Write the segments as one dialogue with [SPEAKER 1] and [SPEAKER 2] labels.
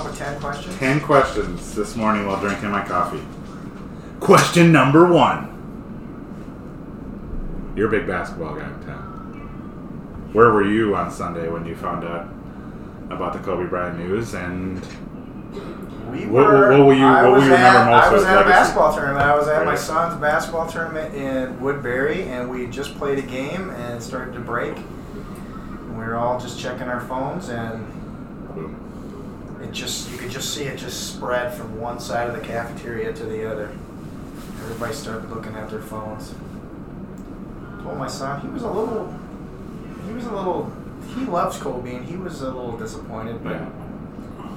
[SPEAKER 1] questions?
[SPEAKER 2] 10 questions this morning while drinking my coffee. Question number one You're a big basketball guy in town. Where were you on Sunday when you found out about the Kobe Bryant news? And
[SPEAKER 1] We
[SPEAKER 2] What-
[SPEAKER 1] were.
[SPEAKER 2] what will you-
[SPEAKER 1] I
[SPEAKER 2] what will
[SPEAKER 1] was
[SPEAKER 2] you remember
[SPEAKER 1] at,
[SPEAKER 2] most
[SPEAKER 1] I was
[SPEAKER 2] of
[SPEAKER 1] at a
[SPEAKER 2] Legacy?
[SPEAKER 1] basketball tournament. I was at my
[SPEAKER 2] Right.
[SPEAKER 1] son's basketball tournament in Woodbury, and we had just played a game and it started to break. And we were all just checking our phones, and
[SPEAKER 2] boom.
[SPEAKER 1] it just you could just see it just spread from one side of the cafeteria to the other. Everybody started looking at their phones. Told my son he was a little, he was a little. He loves Kobe, and he was a little disappointed, but.
[SPEAKER 2] Yeah.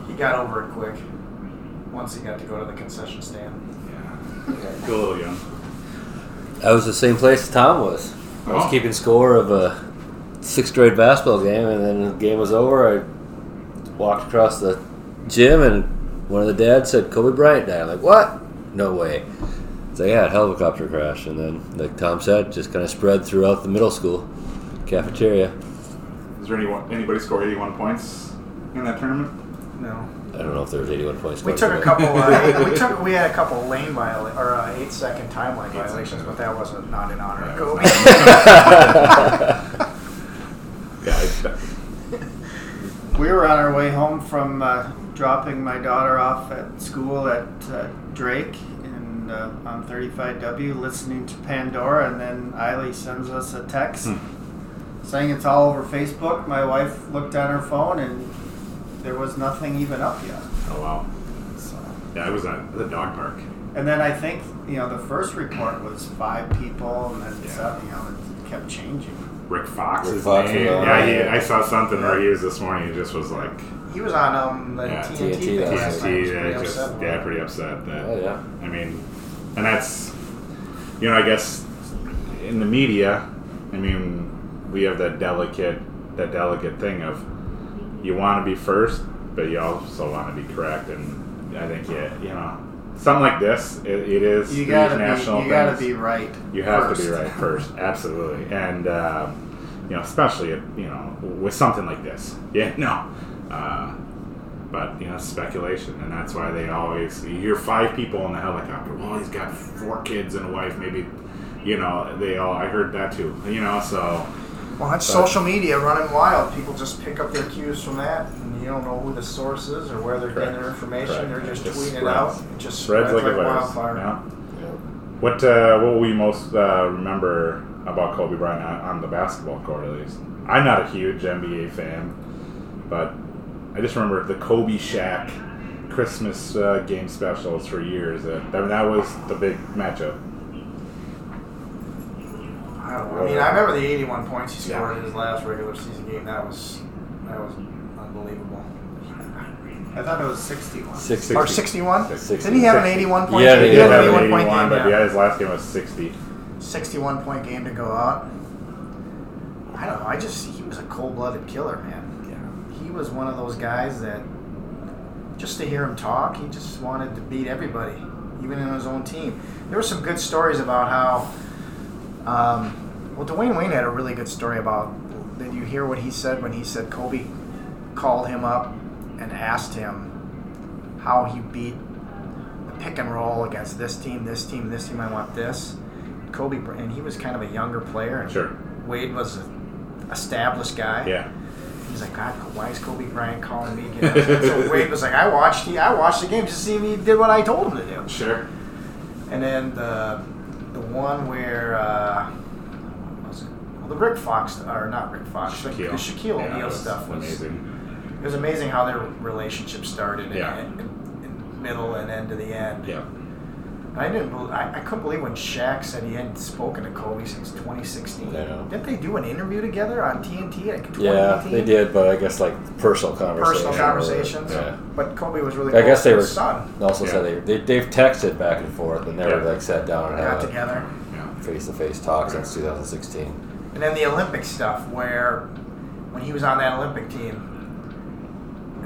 [SPEAKER 1] He got over it quick once he got to go to the concession stand.
[SPEAKER 2] yeah. Feel a little young.
[SPEAKER 3] I was the same place Tom was. I was
[SPEAKER 2] Oh.
[SPEAKER 3] keeping score of a sixth grade basketball game, and then the game was over. I walked across the gym, and one of the dads said, Kobe Bryant died. I'm like, what? No way. So, yeah, a helicopter crash. And then, like Tom said, just kind of spread throughout the middle school cafeteria.
[SPEAKER 2] Is there anyone, anybody score 81 points in that tournament?
[SPEAKER 1] No.
[SPEAKER 3] I don't know if there was 81 points.
[SPEAKER 1] We
[SPEAKER 3] scored,
[SPEAKER 1] took a
[SPEAKER 3] but-
[SPEAKER 1] couple. Uh, we took. We had a couple lane viola- or uh, eight second timeline
[SPEAKER 2] Eight
[SPEAKER 1] violations,
[SPEAKER 2] second.
[SPEAKER 1] but that wasn't not in honor of
[SPEAKER 2] Yeah.
[SPEAKER 1] Kobe.
[SPEAKER 2] Yeah, I,
[SPEAKER 4] We were on our way home from uh, dropping my daughter off at school at uh, Drake and uh, on 35W, listening to Pandora, and then Eiley sends us a text
[SPEAKER 2] Hmm.
[SPEAKER 4] saying it's all over Facebook. My wife looked on her phone, and there was nothing even up yet.
[SPEAKER 2] oh wow.
[SPEAKER 4] So.
[SPEAKER 2] Yeah, I was at the dog park.
[SPEAKER 4] And then I think you know the first report was five people, and then
[SPEAKER 2] Yeah.
[SPEAKER 4] seven, you know it kept changing.
[SPEAKER 2] Rick Fox
[SPEAKER 3] Rick
[SPEAKER 2] is
[SPEAKER 3] Fox
[SPEAKER 2] name.
[SPEAKER 3] is on
[SPEAKER 2] Yeah,
[SPEAKER 3] it.
[SPEAKER 2] he, I saw something where he was this morning. He just was like
[SPEAKER 1] He was on um, the
[SPEAKER 2] Yeah,
[SPEAKER 1] TNT,
[SPEAKER 3] TNT
[SPEAKER 1] thing last night. He was
[SPEAKER 2] TNT.
[SPEAKER 1] pretty
[SPEAKER 2] Yeah, just
[SPEAKER 1] upset about
[SPEAKER 2] yeah,
[SPEAKER 1] it.
[SPEAKER 2] pretty upset that.
[SPEAKER 3] Oh, yeah.
[SPEAKER 2] I mean, and that's you know I guess in the media, I mean we have that delicate that delicate thing of you want to be first, but you also want to be correct, and I think yeah, you know. Something like this, it, it is
[SPEAKER 4] You
[SPEAKER 2] these
[SPEAKER 4] gotta
[SPEAKER 2] national
[SPEAKER 4] be, you gotta
[SPEAKER 2] things.
[SPEAKER 4] be right.
[SPEAKER 2] You have to
[SPEAKER 4] first.
[SPEAKER 2] be right first, absolutely, and um, you know, especially if, you know with something like this. Yeah, no, uh, but you know, it's speculation, and that's why they always you hear five people in the helicopter. Well, he's got four kids and a wife, maybe. You know, they all. I heard that too. You know, so
[SPEAKER 1] Well, that's
[SPEAKER 2] But-
[SPEAKER 1] social media running wild. People just pick up their cues from that, and you don't know who the source is or where they're getting their
[SPEAKER 2] Correct.
[SPEAKER 1] information.
[SPEAKER 2] Correct.
[SPEAKER 1] They're
[SPEAKER 2] It
[SPEAKER 1] just
[SPEAKER 2] just
[SPEAKER 1] tweeting it
[SPEAKER 2] spreads.
[SPEAKER 1] out. It just
[SPEAKER 2] spreads like a virus.
[SPEAKER 1] wildfire.
[SPEAKER 2] yeah. What uh, what will you most uh, remember about Kobe Bryant on, on the basketball court? At least I'm not a huge NBA fan, but I just remember the Kobe Shaq Christmas uh, game specials for years. Uh, I mean, that was the big matchup.
[SPEAKER 1] I don't know. I mean, I remember the 81 points he scored in his last regular season game. That was that was unbelievable.
[SPEAKER 4] I thought it was sixty-one.
[SPEAKER 3] Six,
[SPEAKER 1] Or 61?
[SPEAKER 3] Sixty.
[SPEAKER 1] Didn't he have an
[SPEAKER 2] Sixty.
[SPEAKER 1] 81 point?
[SPEAKER 3] Yeah,
[SPEAKER 1] game?
[SPEAKER 3] he
[SPEAKER 2] He
[SPEAKER 3] did have
[SPEAKER 2] did have an 81,
[SPEAKER 1] point game,
[SPEAKER 2] but
[SPEAKER 1] yeah.
[SPEAKER 2] yeah, his last game was 60.
[SPEAKER 1] 61 point game to go out. I don't know. I just he was a cold blooded killer, man. Yeah. He was one of those guys that just to hear him talk, he just wanted to beat everybody, even in his own team. There were some good stories about how. Um, well, Dwayne Wayne had a really good story about. Did you hear what he said when he said Kobe called him up and asked him how he beat the pick and roll against this team, this team, this team? I want this. Kobe, and he was kind of a younger player. And
[SPEAKER 2] Sure.
[SPEAKER 1] Wade was an established guy.
[SPEAKER 2] Yeah.
[SPEAKER 1] He's like, God, why is Kobe Bryant calling me again? so Wade was like, I watched the, I watched the game to see if he did what I told him to do.
[SPEAKER 2] Sure.
[SPEAKER 1] And then the the one where uh, what was it? Well, the Rick Fox or not Rick Fox, the, the Shaquille
[SPEAKER 2] Yeah,
[SPEAKER 1] O'Neal
[SPEAKER 2] that was
[SPEAKER 1] stuff was
[SPEAKER 2] amazing.
[SPEAKER 1] It was amazing how their relationship started and-
[SPEAKER 2] Yeah.
[SPEAKER 1] and, and, and middle and end to the end.
[SPEAKER 2] Yeah.
[SPEAKER 1] And I didn't. bel I, I couldn't believe when Shaq said he hadn't spoken to Kobe since 2016.
[SPEAKER 3] I know.
[SPEAKER 1] Didn't they do an interview together on TNT? Like 2018?
[SPEAKER 3] Yeah, they did, but I guess like personal conversations.
[SPEAKER 1] Personal conversations.
[SPEAKER 3] Yeah.
[SPEAKER 1] But Kobe was really.
[SPEAKER 3] I guess
[SPEAKER 1] close
[SPEAKER 3] they
[SPEAKER 1] to
[SPEAKER 3] were
[SPEAKER 1] his son.
[SPEAKER 3] also
[SPEAKER 2] Yeah.
[SPEAKER 3] said they, they they've texted back and forth and never
[SPEAKER 2] Yeah.
[SPEAKER 3] like sat down and
[SPEAKER 1] Got
[SPEAKER 3] had a
[SPEAKER 1] together.
[SPEAKER 2] Yeah.
[SPEAKER 3] face to face talk since 2016.
[SPEAKER 1] And then the Olympic stuff, where when he was on that Olympic team,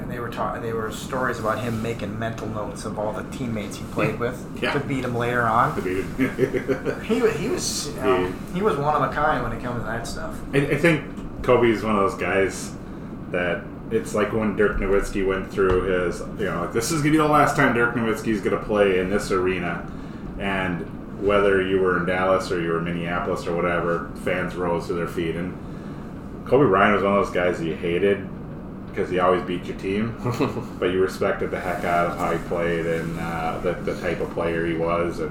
[SPEAKER 1] and they were talking, they were stories about him making mental notes of all the teammates he played with
[SPEAKER 2] Yeah.
[SPEAKER 1] to beat him later on. He wa- he was you know,
[SPEAKER 2] Yeah.
[SPEAKER 1] he was one of a kind when it comes to that stuff.
[SPEAKER 2] I, I think Kobe is one of those guys that it's like when Dirk Nowitzki went through his, you know, like this is gonna be the last time Dirk Nowitzki's gonna play in this arena, and whether you were in Dallas or you were in Minneapolis or whatever, fans rose to their feet. And Kobe Bryant was one of those guys that you hated because he always beat your team, but you respected the heck out of how he played and uh, the, the type of player he was. And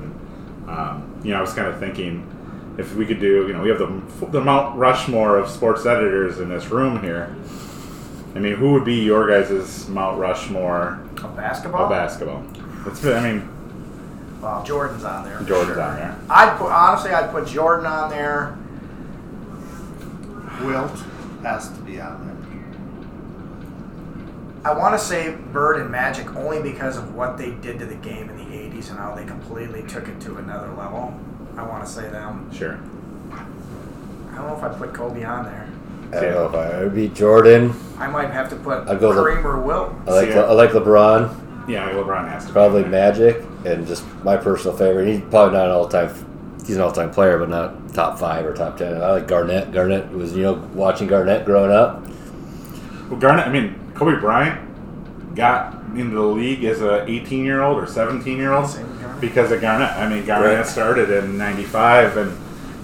[SPEAKER 2] um, you know, I was kind of thinking if we could do, you know, we have the the Mount Rushmore of sports editors in this room here. I mean, who would be your guys' Mount Rushmore
[SPEAKER 1] Of basketball?
[SPEAKER 2] of basketball? It's, I mean,
[SPEAKER 1] Well, Jordan's on there. for
[SPEAKER 2] Jordan's
[SPEAKER 1] sure.
[SPEAKER 2] on there.
[SPEAKER 1] I'd put, honestly, I'd put Jordan on there.
[SPEAKER 4] Wilt has to be on there.
[SPEAKER 1] I want to say Bird and Magic only because of what they did to the game in the 80s and how they completely took it to another level. I want to say them.
[SPEAKER 2] Sure.
[SPEAKER 1] I don't know if I'd put Kobe on there.
[SPEAKER 3] I don't know if I would be Jordan.
[SPEAKER 1] I might have to put
[SPEAKER 3] I'd go with-
[SPEAKER 1] Kareem or Wilt.
[SPEAKER 3] I like
[SPEAKER 2] Yeah.
[SPEAKER 3] I like LeBron.
[SPEAKER 2] Yeah, LeBron has to. be
[SPEAKER 3] Probably
[SPEAKER 2] on there.
[SPEAKER 3] Magic, and just my personal favorite. He's probably not an all time. He's an all time player, but not top five or top ten. I like Garnett. Garnett was you know watching Garnett growing up.
[SPEAKER 2] Well, Garnett. I mean, Kobe Bryant got into the league as a 18 year old or 17 year old
[SPEAKER 1] Same with Garnett.
[SPEAKER 2] because of Garnett. I mean, Garnett
[SPEAKER 3] Right.
[SPEAKER 2] started in '95 and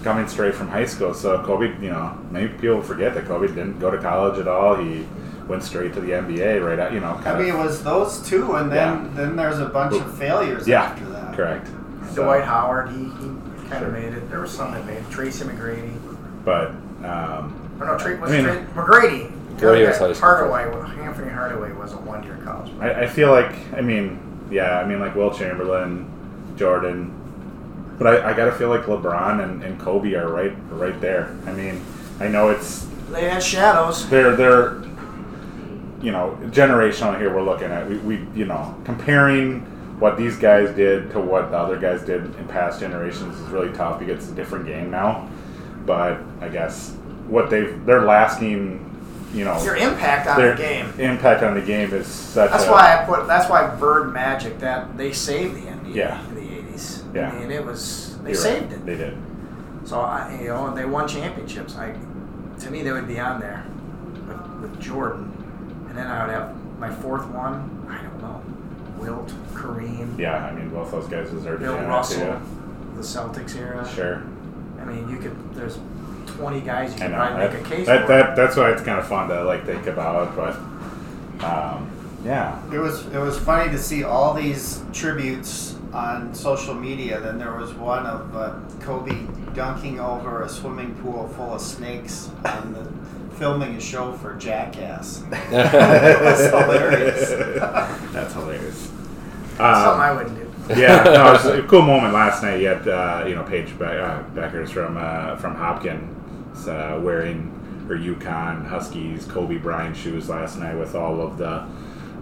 [SPEAKER 2] coming straight from high school. So Kobe, you know, maybe people forget that Kobe didn't go to college at all. He went straight to the NBA right out. You know,
[SPEAKER 4] I
[SPEAKER 2] kind
[SPEAKER 4] mean,
[SPEAKER 2] of.
[SPEAKER 4] it was those two, and then then there's a bunch of failures
[SPEAKER 2] Yeah,
[SPEAKER 4] after that.
[SPEAKER 2] correct.
[SPEAKER 1] Dwight Howard, he, he kind
[SPEAKER 2] Sure.
[SPEAKER 1] of made it. There was some that made it. Tracy McGrady.
[SPEAKER 2] But um,
[SPEAKER 1] Or no, Tra- was
[SPEAKER 2] I mean-
[SPEAKER 1] Tra- McGrady.
[SPEAKER 3] McGrady was high school.
[SPEAKER 1] Hardaway. Anthony Hardaway was a one-year college. player.
[SPEAKER 2] I, I feel like I mean, yeah, I mean like Will Chamberlain, Jordan, but I, I gotta feel like LeBron and, and Kobe are right right there. I mean, I know it's
[SPEAKER 1] They had shadows.
[SPEAKER 2] they're they're you know generational here. We're looking at we, we you know comparing what these guys did to what the other guys did in past generations is really tough because it's a different game now. But I guess what they've their last game, you know.
[SPEAKER 1] Your impact on
[SPEAKER 2] their
[SPEAKER 1] the game.
[SPEAKER 2] impact on the game is such
[SPEAKER 1] That's
[SPEAKER 2] a,
[SPEAKER 1] why I put. That's why Bird Magic that they saved the NBA
[SPEAKER 2] Yeah.
[SPEAKER 1] in the '80s.
[SPEAKER 2] Yeah.
[SPEAKER 1] I mean, it was they
[SPEAKER 2] You're right.
[SPEAKER 1] saved
[SPEAKER 2] They
[SPEAKER 1] it.
[SPEAKER 2] did.
[SPEAKER 1] So I, you know, and they won championships. I, to me, they would be on there with, with Jordan, and then I would have my fourth one. I don't know, Wilt, Kareem,
[SPEAKER 2] Yeah, I mean, both those guys deserve to
[SPEAKER 1] Bill
[SPEAKER 2] be on
[SPEAKER 1] Russell,
[SPEAKER 2] it
[SPEAKER 1] the Celtics era.
[SPEAKER 2] too. Sure.
[SPEAKER 1] I mean, you could. There's 20 guys you
[SPEAKER 2] I
[SPEAKER 1] can
[SPEAKER 2] know.
[SPEAKER 1] probably make
[SPEAKER 2] that,
[SPEAKER 1] a case
[SPEAKER 2] uh, that,
[SPEAKER 1] for.
[SPEAKER 2] that- that's why it's kind of fun to like think about, but um, yeah,
[SPEAKER 4] It was it was funny to see all these tributes on social media. Then there was one of uh, Kobe dunking over a swimming pool full of snakes on the filming a show for Jackass. That's hilarious.
[SPEAKER 2] that's hilarious.
[SPEAKER 1] Something
[SPEAKER 2] Um,
[SPEAKER 1] I wouldn't do.
[SPEAKER 2] yeah, no, it was a cool moment last night. You had uh, you know Paige Be- uh, Beckers from uh, from Hopkins uh, wearing her Yukon Huskies Kobe Bryant shoes last night with all of the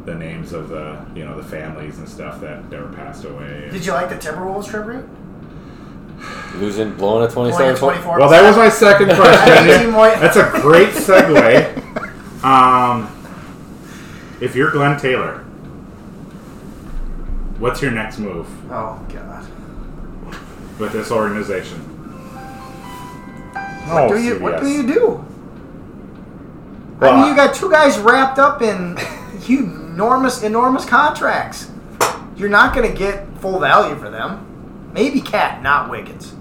[SPEAKER 2] the names of the you know the families and stuff that that were passed away.
[SPEAKER 1] Did you like the Timberwolves tribute?
[SPEAKER 3] Losing, blowing a
[SPEAKER 1] Going at
[SPEAKER 3] 27 point.
[SPEAKER 1] 24.
[SPEAKER 2] Well, that was my second question.
[SPEAKER 1] Team White.
[SPEAKER 2] That's a great segue. Um, if you're Glenn Taylor, what's your next move
[SPEAKER 1] Oh God.
[SPEAKER 2] with this organization?
[SPEAKER 1] What
[SPEAKER 2] Oh,
[SPEAKER 1] do you What do
[SPEAKER 2] CBS.
[SPEAKER 1] you do?
[SPEAKER 2] Well,
[SPEAKER 1] I mean, you got two guys wrapped up in enormous, enormous contracts. You're not going to get full value for them. Maybe Cat, not Wiggins.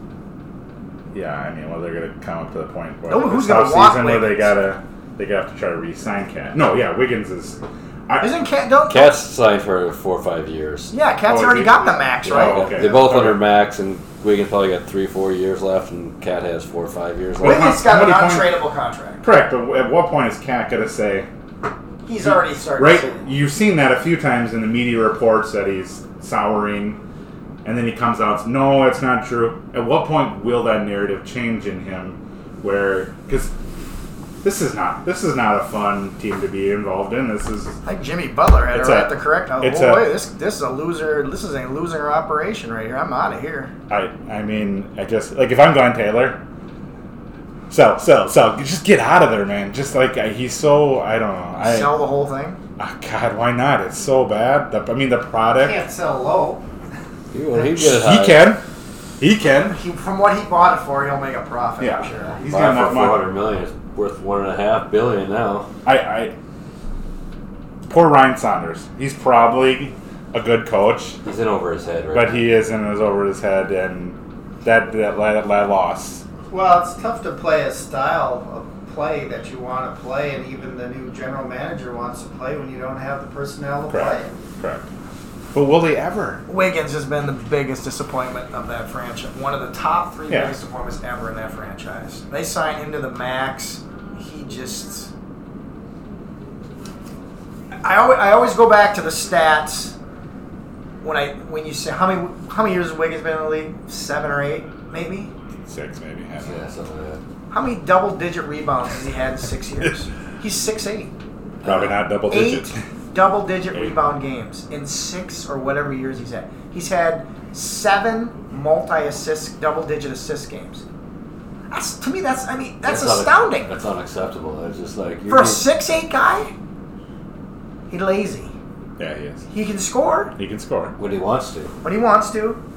[SPEAKER 2] Yeah, I mean, well, they're gonna come up to the point where
[SPEAKER 1] No,
[SPEAKER 2] this
[SPEAKER 1] who's gonna
[SPEAKER 2] offseason
[SPEAKER 1] want
[SPEAKER 2] where they
[SPEAKER 1] Wiggins?
[SPEAKER 2] gotta they gotta have to try to re-sign Cat. No, yeah, Wiggins is. I,
[SPEAKER 1] Isn't Cat? Don't.
[SPEAKER 3] Cats signed for four or five years.
[SPEAKER 1] yeah, Cat's
[SPEAKER 2] Oh,
[SPEAKER 1] already
[SPEAKER 2] he-
[SPEAKER 1] got the max,
[SPEAKER 2] yeah.
[SPEAKER 1] right?
[SPEAKER 2] Oh, okay.
[SPEAKER 3] They both
[SPEAKER 2] Okay.
[SPEAKER 3] under max, and Wiggins probably got three, four years left, and Cat has four or five years
[SPEAKER 2] Well,
[SPEAKER 3] left.
[SPEAKER 1] Wiggins got an
[SPEAKER 2] how many
[SPEAKER 1] untradeable contract.
[SPEAKER 2] correct, but at what point is Cat gonna say?
[SPEAKER 1] He's already started.
[SPEAKER 2] Right,
[SPEAKER 1] to-
[SPEAKER 2] you've seen that a few times in the media reports that he's souring, and then he comes out. No, it's not true. At what point will that narrative change in him? Where because this is not this is not a fun team to be involved in. This is
[SPEAKER 1] I think Jimmy Butler had it
[SPEAKER 2] It's
[SPEAKER 1] right
[SPEAKER 2] a-
[SPEAKER 1] at the correct. Oh,
[SPEAKER 2] it's
[SPEAKER 1] boy,
[SPEAKER 2] a-
[SPEAKER 1] this this is a loser. This is a loser operation right here. I'm out of here.
[SPEAKER 2] I I mean I just like if I'm Glenn Taylor, sell sell sell. Just get out of there, man. Just like I, he's so I don't know. I
[SPEAKER 1] Sell the whole thing.
[SPEAKER 2] Ah, God, why not? It's so bad. The, I mean the product.
[SPEAKER 4] Can't sell low.
[SPEAKER 3] He, when he,
[SPEAKER 2] He
[SPEAKER 3] get high,
[SPEAKER 2] can. He can.
[SPEAKER 1] He, from what he bought it for, he'll make a profit.
[SPEAKER 2] Yeah.
[SPEAKER 1] I'm sure.
[SPEAKER 2] He's
[SPEAKER 3] buy
[SPEAKER 2] got
[SPEAKER 3] it for four
[SPEAKER 2] enough money.
[SPEAKER 3] hundred million. It's worth one and a half billion now.
[SPEAKER 2] I, I poor Ryan Saunders. He's probably a good coach,
[SPEAKER 5] He's in over his head, right?
[SPEAKER 2] but he is and is over his head, and that that, that, that loss.
[SPEAKER 4] Well, it's tough to play a style of play that you want to play, and even the new general manager wants to play when you don't have the personnel to
[SPEAKER 2] Correct.
[SPEAKER 4] play.
[SPEAKER 2] Correct. But will they ever?
[SPEAKER 1] Wiggins has been the biggest disappointment of that franchise. One of the top three
[SPEAKER 2] Yeah.
[SPEAKER 1] biggest disappointments ever in that franchise. They signed him to the max. He just. I always, I always go back to the stats when I when you say how many how many years has Wiggins been in the league? Seven or eight, maybe.
[SPEAKER 2] Six, maybe. I don't know.
[SPEAKER 5] yeah, uh, something like that.
[SPEAKER 1] How many double digit rebounds has he had in six years? He's six eight.
[SPEAKER 2] Probably
[SPEAKER 5] uh,
[SPEAKER 2] not double
[SPEAKER 1] eight
[SPEAKER 2] digits.
[SPEAKER 1] double digit
[SPEAKER 2] Eight.
[SPEAKER 1] rebound games in six or whatever years he's had. He's had seven multi assist double digit assist games. That's to me that's I mean that's,
[SPEAKER 5] not-
[SPEAKER 1] astounding.
[SPEAKER 5] that's unacceptable. It's just like
[SPEAKER 1] For
[SPEAKER 5] you're
[SPEAKER 1] a six eight guy, he's lazy.
[SPEAKER 2] Yeah, he is.
[SPEAKER 1] He can score
[SPEAKER 2] He can score.
[SPEAKER 5] when he wants to.
[SPEAKER 2] Mm-hmm.
[SPEAKER 1] when he wants to.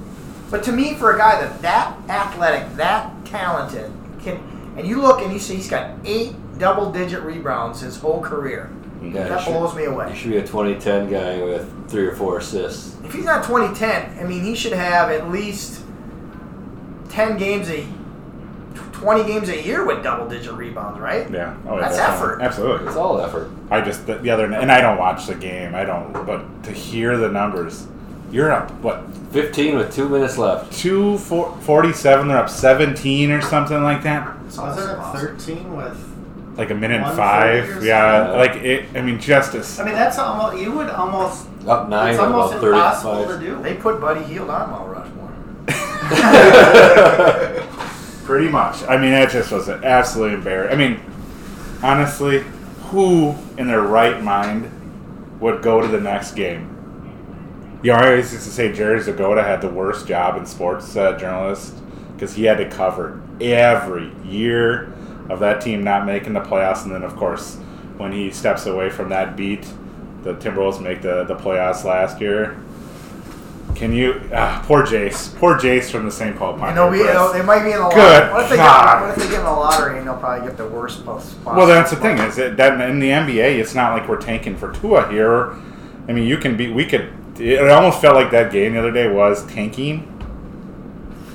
[SPEAKER 1] But to me, for a guy that that athletic, that talented, can and you look and you see he's got eight double digit rebounds his whole career.
[SPEAKER 2] Mm-hmm.
[SPEAKER 5] Yeah,
[SPEAKER 1] That
[SPEAKER 5] you should-
[SPEAKER 1] blows me away.
[SPEAKER 5] You should be a 2010 guy with three or four assists.
[SPEAKER 1] if he's not 2010, I mean, he should have at least 10 games a 20 games a year with double digit rebounds, right?
[SPEAKER 2] Yeah. Oh, yeah,
[SPEAKER 1] That's
[SPEAKER 2] definitely.
[SPEAKER 1] effort.
[SPEAKER 2] Absolutely.
[SPEAKER 5] It's all effort.
[SPEAKER 2] I just the, the other night, and I don't watch the game. I don't, but to hear the numbers, you're up what
[SPEAKER 5] 15 with two minutes left.
[SPEAKER 2] two four, 47 They're up seventeen or something like that.
[SPEAKER 1] It's
[SPEAKER 4] Was
[SPEAKER 1] awesome.
[SPEAKER 4] it 13 with?
[SPEAKER 2] Like a minute and
[SPEAKER 4] One
[SPEAKER 2] five.
[SPEAKER 4] thirty or
[SPEAKER 2] Yeah.
[SPEAKER 5] something.
[SPEAKER 2] Like it. I mean, justice.
[SPEAKER 4] I mean, that's almost you would almost.
[SPEAKER 5] Up nine
[SPEAKER 4] It's
[SPEAKER 5] with
[SPEAKER 4] almost
[SPEAKER 5] about 30
[SPEAKER 4] impossible to do.
[SPEAKER 1] They put Buddy Heald on Mount Rushmore.
[SPEAKER 2] Pretty much. I mean, that just was absolutely embarrassing. I mean, honestly, who in their right mind would go to the next game? You know, I always used to say Jerry Zagoda had the worst job in sports uh, journalist because he had to cover every year of that team not making the playoffs, and then of course when he steps away from that beat, the Timberwolves make the, the playoffs last year. Can you? Ah, poor Jace. Poor Jace from the St. Paul Pioneer
[SPEAKER 1] And they'll be,
[SPEAKER 2] Press.
[SPEAKER 1] they'll, they might be in the lottery.
[SPEAKER 2] Good
[SPEAKER 1] What if, they
[SPEAKER 2] God.
[SPEAKER 1] get, what if they get in the lottery and they'll probably get the worst spot?
[SPEAKER 2] Well, that's the thing is that, that in the NBA, it's not like we're tanking for Tua here. I mean, you can be. We could. It almost felt like that game the other day was tanking,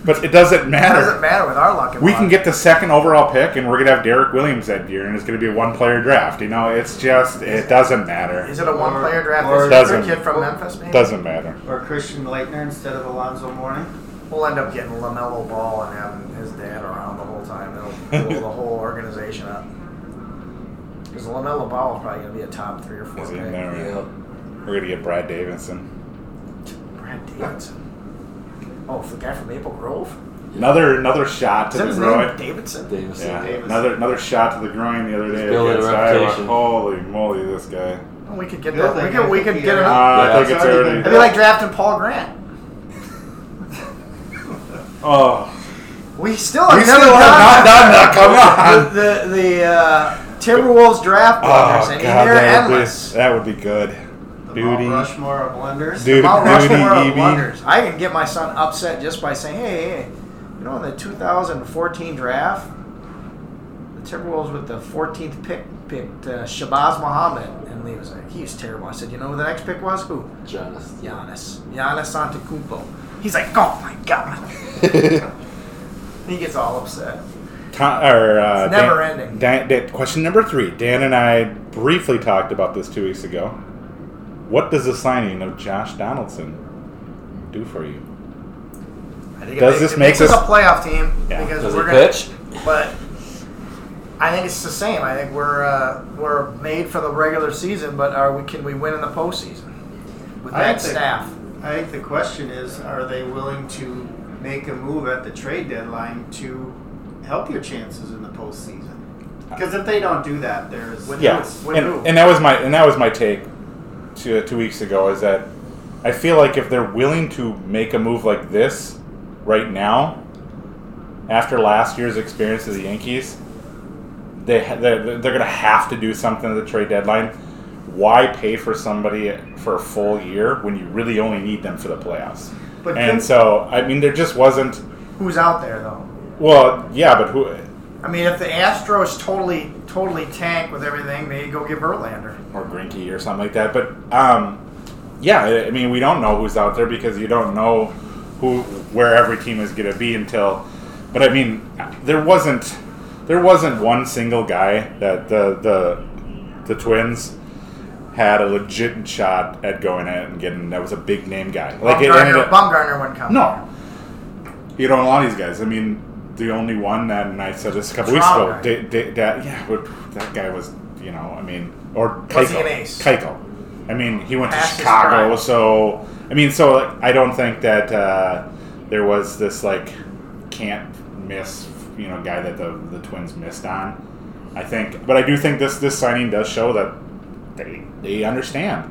[SPEAKER 2] but it doesn't
[SPEAKER 1] It
[SPEAKER 2] matter.
[SPEAKER 1] doesn't matter with our luck. and
[SPEAKER 2] We can
[SPEAKER 1] luck.
[SPEAKER 2] get the second overall pick, and we're gonna have Derek Williams that year, and it's gonna be a one-player draft. You know, it's just it doesn't matter.
[SPEAKER 1] Is it a one player draft?
[SPEAKER 4] Or-
[SPEAKER 1] Is it
[SPEAKER 2] Doesn't.
[SPEAKER 1] a kid from Memphis, maybe?
[SPEAKER 2] Doesn't matter.
[SPEAKER 4] Or Christian Leitner instead of Alonzo Mourning.
[SPEAKER 1] We'll end up getting LaMelo Ball and having his dad around the whole time. It'll blow the whole organization up. Because LaMelo Ball is probably going to be a top three or four
[SPEAKER 2] Is he
[SPEAKER 1] pick.
[SPEAKER 2] in there?
[SPEAKER 5] Yeah.
[SPEAKER 2] We're gonna get Brad Davidson.
[SPEAKER 1] Brad Davidson. Oh, the guy from Maple Grove?
[SPEAKER 2] Another another
[SPEAKER 1] Is
[SPEAKER 2] shot to
[SPEAKER 1] that
[SPEAKER 2] the
[SPEAKER 1] his name?
[SPEAKER 2] groin.
[SPEAKER 1] Davidson?
[SPEAKER 5] Davis.
[SPEAKER 2] Yeah,
[SPEAKER 4] Davidson.
[SPEAKER 2] another another shot to the groin the other day.
[SPEAKER 5] building a
[SPEAKER 2] against Iowa.
[SPEAKER 5] reputation.
[SPEAKER 2] Holy moly, this guy.
[SPEAKER 1] Oh, we could get
[SPEAKER 4] Bill,
[SPEAKER 1] that. We
[SPEAKER 4] they
[SPEAKER 1] could, we
[SPEAKER 4] could
[SPEAKER 1] could
[SPEAKER 4] be
[SPEAKER 1] get it
[SPEAKER 4] around. Uh,
[SPEAKER 1] up.
[SPEAKER 2] Ah,
[SPEAKER 5] Yeah,
[SPEAKER 2] I think
[SPEAKER 4] it's
[SPEAKER 2] it's
[SPEAKER 4] already
[SPEAKER 2] already.
[SPEAKER 4] been
[SPEAKER 1] It'd be like drafting Paul Grant.
[SPEAKER 2] Oh,
[SPEAKER 1] We still have
[SPEAKER 2] we
[SPEAKER 1] never
[SPEAKER 2] still have not
[SPEAKER 1] done,
[SPEAKER 2] done that. Come on.
[SPEAKER 1] the, the, the uh, Timberwolves draft projects.
[SPEAKER 2] Oh
[SPEAKER 1] and
[SPEAKER 2] god,
[SPEAKER 1] they're
[SPEAKER 2] that would, be,
[SPEAKER 1] endless.
[SPEAKER 2] that would be good.
[SPEAKER 4] The
[SPEAKER 2] Duty,
[SPEAKER 4] Mount Rushmore of blunders.
[SPEAKER 2] duty,
[SPEAKER 1] Mount Rushmore
[SPEAKER 2] duty,
[SPEAKER 1] of
[SPEAKER 2] Evie.
[SPEAKER 1] wonders. I can get my son upset just by saying, "Hey, hey, hey, you know, in the 2014 draft, the Timberwolves with the 14th pick picked uh, Shabazz Muhammad." And he was like, "He was terrible." I said, "You know who the next pick was? Who?
[SPEAKER 5] Jonas.
[SPEAKER 1] Giannis. Giannis Antetokounmpo." He's like, "Oh my god!" He gets all upset.
[SPEAKER 2] Con- or, uh,
[SPEAKER 1] It's never ending.
[SPEAKER 2] Dan- Dan- question number three. Dan and I briefly talked about this two weeks ago. What does the signing of Josh Donaldson do for you?
[SPEAKER 1] I think it
[SPEAKER 2] Does
[SPEAKER 1] makes-
[SPEAKER 2] this
[SPEAKER 1] it
[SPEAKER 2] make
[SPEAKER 1] makes us a
[SPEAKER 2] us-
[SPEAKER 1] playoff team?
[SPEAKER 2] Yeah.
[SPEAKER 1] Because
[SPEAKER 5] Does he
[SPEAKER 1] we're gonna,
[SPEAKER 5] pitch?
[SPEAKER 1] but I think it's the same. I think we're uh, we're made for the regular season, but are we? Can we win in the postseason with
[SPEAKER 4] I
[SPEAKER 1] that
[SPEAKER 4] think-
[SPEAKER 1] staff?
[SPEAKER 4] I think the question is, are they willing to make a move at the trade deadline to help your chances in the postseason? Because if they don't do that, there's
[SPEAKER 1] With
[SPEAKER 2] Yeah,
[SPEAKER 1] who? With who?
[SPEAKER 2] and, and that was my and that was my take two two weeks ago is that I feel like if they're willing to make a move like this right now, after last year's experience of the Yankees, they ha- they're, they're going to have to do something at the trade deadline. Why pay for somebody for a full year when you really only need them for the playoffs?
[SPEAKER 4] But
[SPEAKER 2] and
[SPEAKER 4] couldn't-
[SPEAKER 2] so I mean, there just wasn't.
[SPEAKER 1] Who's out there though?
[SPEAKER 2] Well, yeah, but who?
[SPEAKER 1] I mean, if the Astros totally totally tank with everything, they go get Verlander.
[SPEAKER 2] or Grinky or something like that. But um, yeah, I- I mean, we don't know who's out there because you don't know who where every team is going to be until. But I mean, there wasn't there wasn't one single guy that the the the Twins had a legit shot at going out and getting that was a big name guy. Like it ended
[SPEAKER 1] Bumgarner,
[SPEAKER 2] up,
[SPEAKER 1] Bumgarner wouldn't come.
[SPEAKER 2] no, you don't allow these guys. I mean, the only one that, and I said this a couple weeks
[SPEAKER 1] Trout guy.
[SPEAKER 2] ago, da, da, da, yeah, but that guy was, you know, I mean, or
[SPEAKER 1] Was he
[SPEAKER 2] Keiko.
[SPEAKER 1] an ace?
[SPEAKER 2] Keiko. I mean, he went
[SPEAKER 1] Past
[SPEAKER 2] to
[SPEAKER 1] his
[SPEAKER 2] Chicago,
[SPEAKER 1] prime.
[SPEAKER 2] so I mean, so like, I don't think that uh, there was this like can't miss, you know, guy that the the Twins missed on. I think, but I do think this this signing does show that they they understand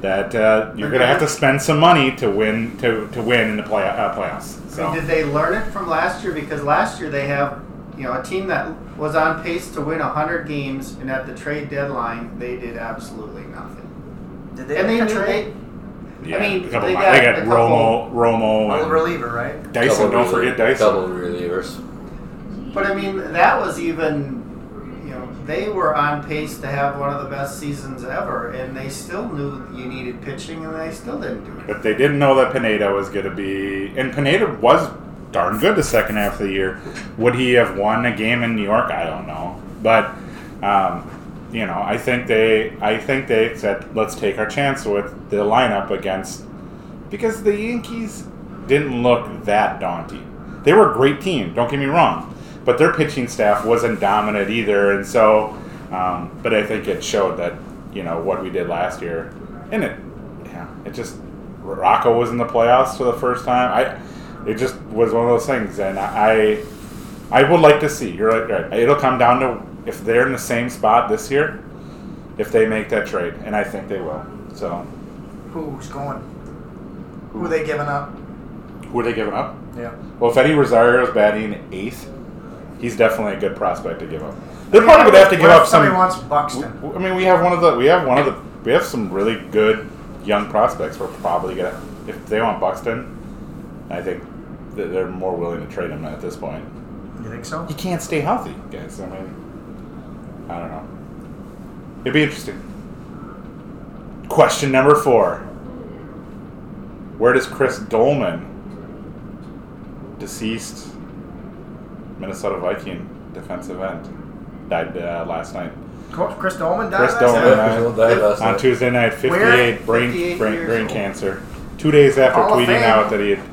[SPEAKER 2] that uh, you're gonna have to spend some money to win to, to win in the play, uh, playoffs.
[SPEAKER 4] I mean,
[SPEAKER 2] So
[SPEAKER 4] did they learn it from last year? Because last year they have, you know, a team that was on pace to win 100 games, and at the trade deadline, they did absolutely nothing.
[SPEAKER 1] Did make
[SPEAKER 4] And they
[SPEAKER 1] a
[SPEAKER 4] knew they,
[SPEAKER 2] yeah,
[SPEAKER 4] I mean,
[SPEAKER 2] a couple
[SPEAKER 4] they
[SPEAKER 2] of-
[SPEAKER 4] got
[SPEAKER 2] they got
[SPEAKER 4] a couple-
[SPEAKER 2] Romo, Romo,
[SPEAKER 1] Old
[SPEAKER 2] and
[SPEAKER 1] reliever, right?
[SPEAKER 2] Dyson.
[SPEAKER 5] Double
[SPEAKER 2] Don't
[SPEAKER 5] reliever-
[SPEAKER 2] forget Dyson.
[SPEAKER 5] Double relievers.
[SPEAKER 4] but I mean, that was even, you know, they were on pace to have one of the best seasons ever, and they still knew you needed pitching, and they still didn't do it.
[SPEAKER 2] But they didn't know that Pineda was going to be, and Pineda was darn good the second half of the year. Would he have won a game in New York? I don't know, but um, you know, I think they, I think they said, let's take our chance with the lineup against, because the Yankees didn't look that daunting. They were a great team, don't get me wrong, but their pitching staff wasn't dominant either, and so. Um, but I think it showed that you know what we did last year, and it, yeah, it just Rocco was in the playoffs for the first time. I, it just was one of those things, and I, I would like to see. You're right, right. It'll come down to if they're in the same spot this year, if they make that trade, and I think they will. So
[SPEAKER 1] Who's going? Who are they giving up?
[SPEAKER 2] who are they giving up?
[SPEAKER 1] Yeah.
[SPEAKER 2] Well, if Eddie Rosario is batting eighth, he's definitely a good prospect to give up. They're probably going to have to give
[SPEAKER 1] What if
[SPEAKER 2] up some.
[SPEAKER 1] Somebody wants
[SPEAKER 2] W-
[SPEAKER 1] Buxton.
[SPEAKER 2] w- I mean, we have one of the we have one of the we have some really good young prospects. We're probably gonna if they want Buxton, I think that they're more willing to trade him at this point.
[SPEAKER 1] You think so?
[SPEAKER 2] He can't stay healthy, guys. I mean, I don't know. It'd be interesting. Question number four: Where does Chris Dolman, deceased Minnesota Viking defensive end, died uh, last night?
[SPEAKER 1] Co- Chris Dolman died
[SPEAKER 2] Chris
[SPEAKER 1] last
[SPEAKER 2] Dolman,
[SPEAKER 1] night?
[SPEAKER 2] uh, on Tuesday night, 58 brain
[SPEAKER 4] 58
[SPEAKER 2] brain,
[SPEAKER 4] years
[SPEAKER 2] brain
[SPEAKER 4] old.
[SPEAKER 2] cancer. Two days after
[SPEAKER 1] Hall of
[SPEAKER 2] tweeting
[SPEAKER 1] Fame.
[SPEAKER 2] out that he had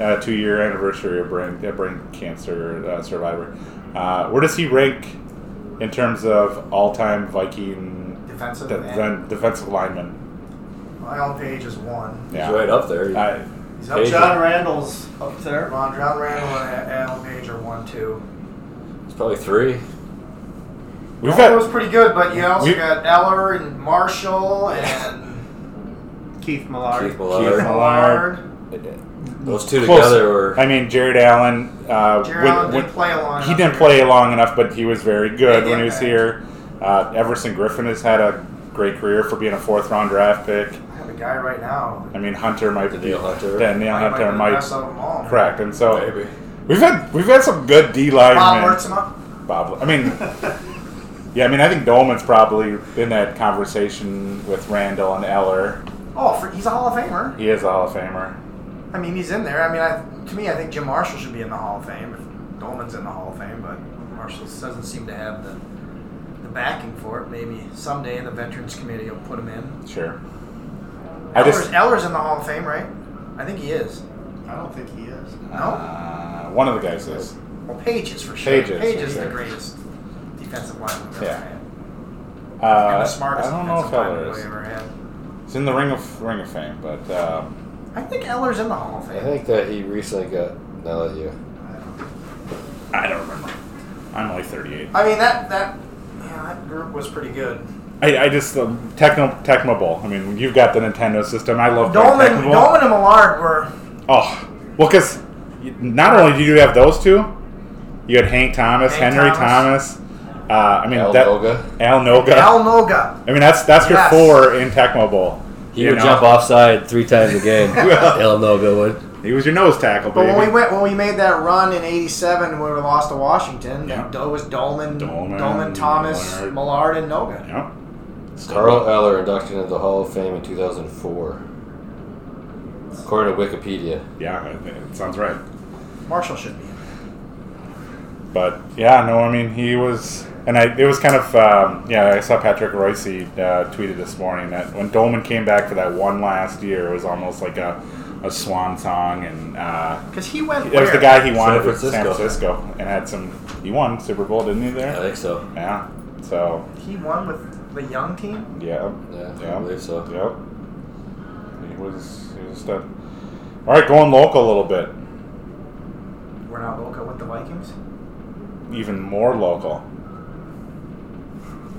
[SPEAKER 2] uh, two year anniversary of brain uh, brain cancer uh, survivor. Uh, where does he rank in terms of all time Viking
[SPEAKER 1] Defensive
[SPEAKER 2] de-
[SPEAKER 1] end.
[SPEAKER 2] zen- defensive lineman? Uh,
[SPEAKER 1] My own page is one.
[SPEAKER 5] He's right up there.
[SPEAKER 2] I,
[SPEAKER 1] He's
[SPEAKER 5] Page.
[SPEAKER 1] up John.
[SPEAKER 4] John Randall's up there.
[SPEAKER 1] Ron, John Randall and Alan Page are one, two.
[SPEAKER 5] It's probably three.
[SPEAKER 2] we've
[SPEAKER 1] That was
[SPEAKER 2] had
[SPEAKER 1] pretty good, but you also
[SPEAKER 2] We-
[SPEAKER 1] got Eller and Marshall and
[SPEAKER 4] Keith Millard.
[SPEAKER 5] Keith Millard.
[SPEAKER 2] Um,
[SPEAKER 1] Millard.
[SPEAKER 5] Those two
[SPEAKER 2] close.
[SPEAKER 5] together were.
[SPEAKER 2] I mean, Jared Allen. Uh,
[SPEAKER 1] Jared
[SPEAKER 2] when-
[SPEAKER 1] Allen
[SPEAKER 2] when-
[SPEAKER 1] didn't play long
[SPEAKER 2] He
[SPEAKER 1] enough
[SPEAKER 2] didn't
[SPEAKER 1] here.
[SPEAKER 2] play long enough, but he was very good
[SPEAKER 1] Big
[SPEAKER 2] when he was
[SPEAKER 1] impact.
[SPEAKER 2] here. Uh, Everson Griffin has had a great career for being a fourth round draft pick.
[SPEAKER 1] I have a guy right now.
[SPEAKER 2] I mean, Hunter might be.
[SPEAKER 5] Daniil Hunter.
[SPEAKER 2] Yeah, Neil
[SPEAKER 1] Might-
[SPEAKER 2] Hunter
[SPEAKER 1] might be the
[SPEAKER 2] might.
[SPEAKER 1] best of them all.
[SPEAKER 2] Correct, and so
[SPEAKER 5] Maybe.
[SPEAKER 2] we've had we've had some good D line.
[SPEAKER 1] Bob Wertzma.
[SPEAKER 2] Bob, I mean, yeah, I mean, I think Dolman's probably in that conversation with Randall and Eller.
[SPEAKER 1] Oh, for, he's a Hall of Famer.
[SPEAKER 2] He is a Hall of Famer.
[SPEAKER 1] I mean, he's in there. I mean, I, to me, I think Jim Marshall should be in the Hall of Fame. If Dolman's in the Hall of Fame, but Marshall doesn't seem to have the the backing for it. Maybe someday the Veterans Committee will put him in.
[SPEAKER 2] Sure. I
[SPEAKER 1] Eller's,
[SPEAKER 2] just
[SPEAKER 1] Eller's in the Hall of Fame, right? I think he is.
[SPEAKER 4] I don't think he is.
[SPEAKER 1] No.
[SPEAKER 2] uh, one of the guys is.
[SPEAKER 1] well, Page is for sure.
[SPEAKER 2] Page
[SPEAKER 1] Page
[SPEAKER 2] is
[SPEAKER 1] is,
[SPEAKER 2] for
[SPEAKER 1] the
[SPEAKER 2] sure.
[SPEAKER 1] greatest defensive lineman we've ever
[SPEAKER 2] Yeah.
[SPEAKER 1] had.
[SPEAKER 2] Uh,
[SPEAKER 1] And the smartest
[SPEAKER 2] I don't know if
[SPEAKER 1] defensive lineman
[SPEAKER 2] Eller
[SPEAKER 1] we
[SPEAKER 2] is.
[SPEAKER 1] ever had.
[SPEAKER 2] He's in the Ring of Ring of Fame, but uh,
[SPEAKER 1] I think Eller's in the Hall of
[SPEAKER 5] I
[SPEAKER 1] Fame.
[SPEAKER 5] think that he recently got. Now that you.
[SPEAKER 2] I don't remember. I'm only 38.
[SPEAKER 1] I mean that that yeah, that group was pretty good.
[SPEAKER 2] I, I just um, Tecmo Tecmo Bowl. I mean, you've got the Nintendo system. I love playing
[SPEAKER 1] Dolman,
[SPEAKER 2] Tecmo Bowl.
[SPEAKER 1] Dolman and Millard were
[SPEAKER 2] Oh, well, because not only do you have those two, you had Hank Thomas,
[SPEAKER 1] Hank
[SPEAKER 2] Henry Thomas.
[SPEAKER 1] Thomas.
[SPEAKER 2] uh, I mean,
[SPEAKER 5] Al
[SPEAKER 2] that,
[SPEAKER 5] Noga.
[SPEAKER 2] Al Noga.
[SPEAKER 1] Al Noga.
[SPEAKER 2] I mean, that's that's your
[SPEAKER 1] Yes.
[SPEAKER 2] four in Tecmo Bowl.
[SPEAKER 3] He
[SPEAKER 2] you
[SPEAKER 3] would
[SPEAKER 2] know?
[SPEAKER 3] jump offside three times a game. El Noga would.
[SPEAKER 2] He was your nose tackle,
[SPEAKER 1] But
[SPEAKER 2] baby.
[SPEAKER 1] when we went, when we made that run in '87, when we lost to Washington,
[SPEAKER 2] Yeah.
[SPEAKER 1] that it was Dolman,
[SPEAKER 2] Dolman,
[SPEAKER 1] Dolman, Thomas,
[SPEAKER 2] Millard.
[SPEAKER 1] Millard, and Noga.
[SPEAKER 2] Yep.
[SPEAKER 5] Carl Eller inducted into the Hall of Fame in 2004, according to Wikipedia.
[SPEAKER 2] Yeah, I think it sounds right.
[SPEAKER 1] Marshall should be. in there.
[SPEAKER 2] But yeah, no, I mean he was, and I it was kind of um, yeah. I saw Patrick Royce uh, tweeted this morning that when Dolman came back for that one last year, it was almost like a, a swan song, and uh,
[SPEAKER 1] Because he went.
[SPEAKER 2] that was the
[SPEAKER 1] where?
[SPEAKER 2] guy he wanted
[SPEAKER 5] San
[SPEAKER 2] for San
[SPEAKER 5] Francisco.
[SPEAKER 2] Francisco, and had some. He won Super Bowl, didn't he?
[SPEAKER 5] I
[SPEAKER 2] There,
[SPEAKER 5] think so.
[SPEAKER 2] yeah. So
[SPEAKER 1] He won with the young team.
[SPEAKER 2] yeah,
[SPEAKER 5] Yeah,
[SPEAKER 2] Yeah.
[SPEAKER 5] I believe so.
[SPEAKER 2] yep. He was he was just a. All right, going local a little bit,
[SPEAKER 1] We're not local with the Vikings.
[SPEAKER 2] even more local.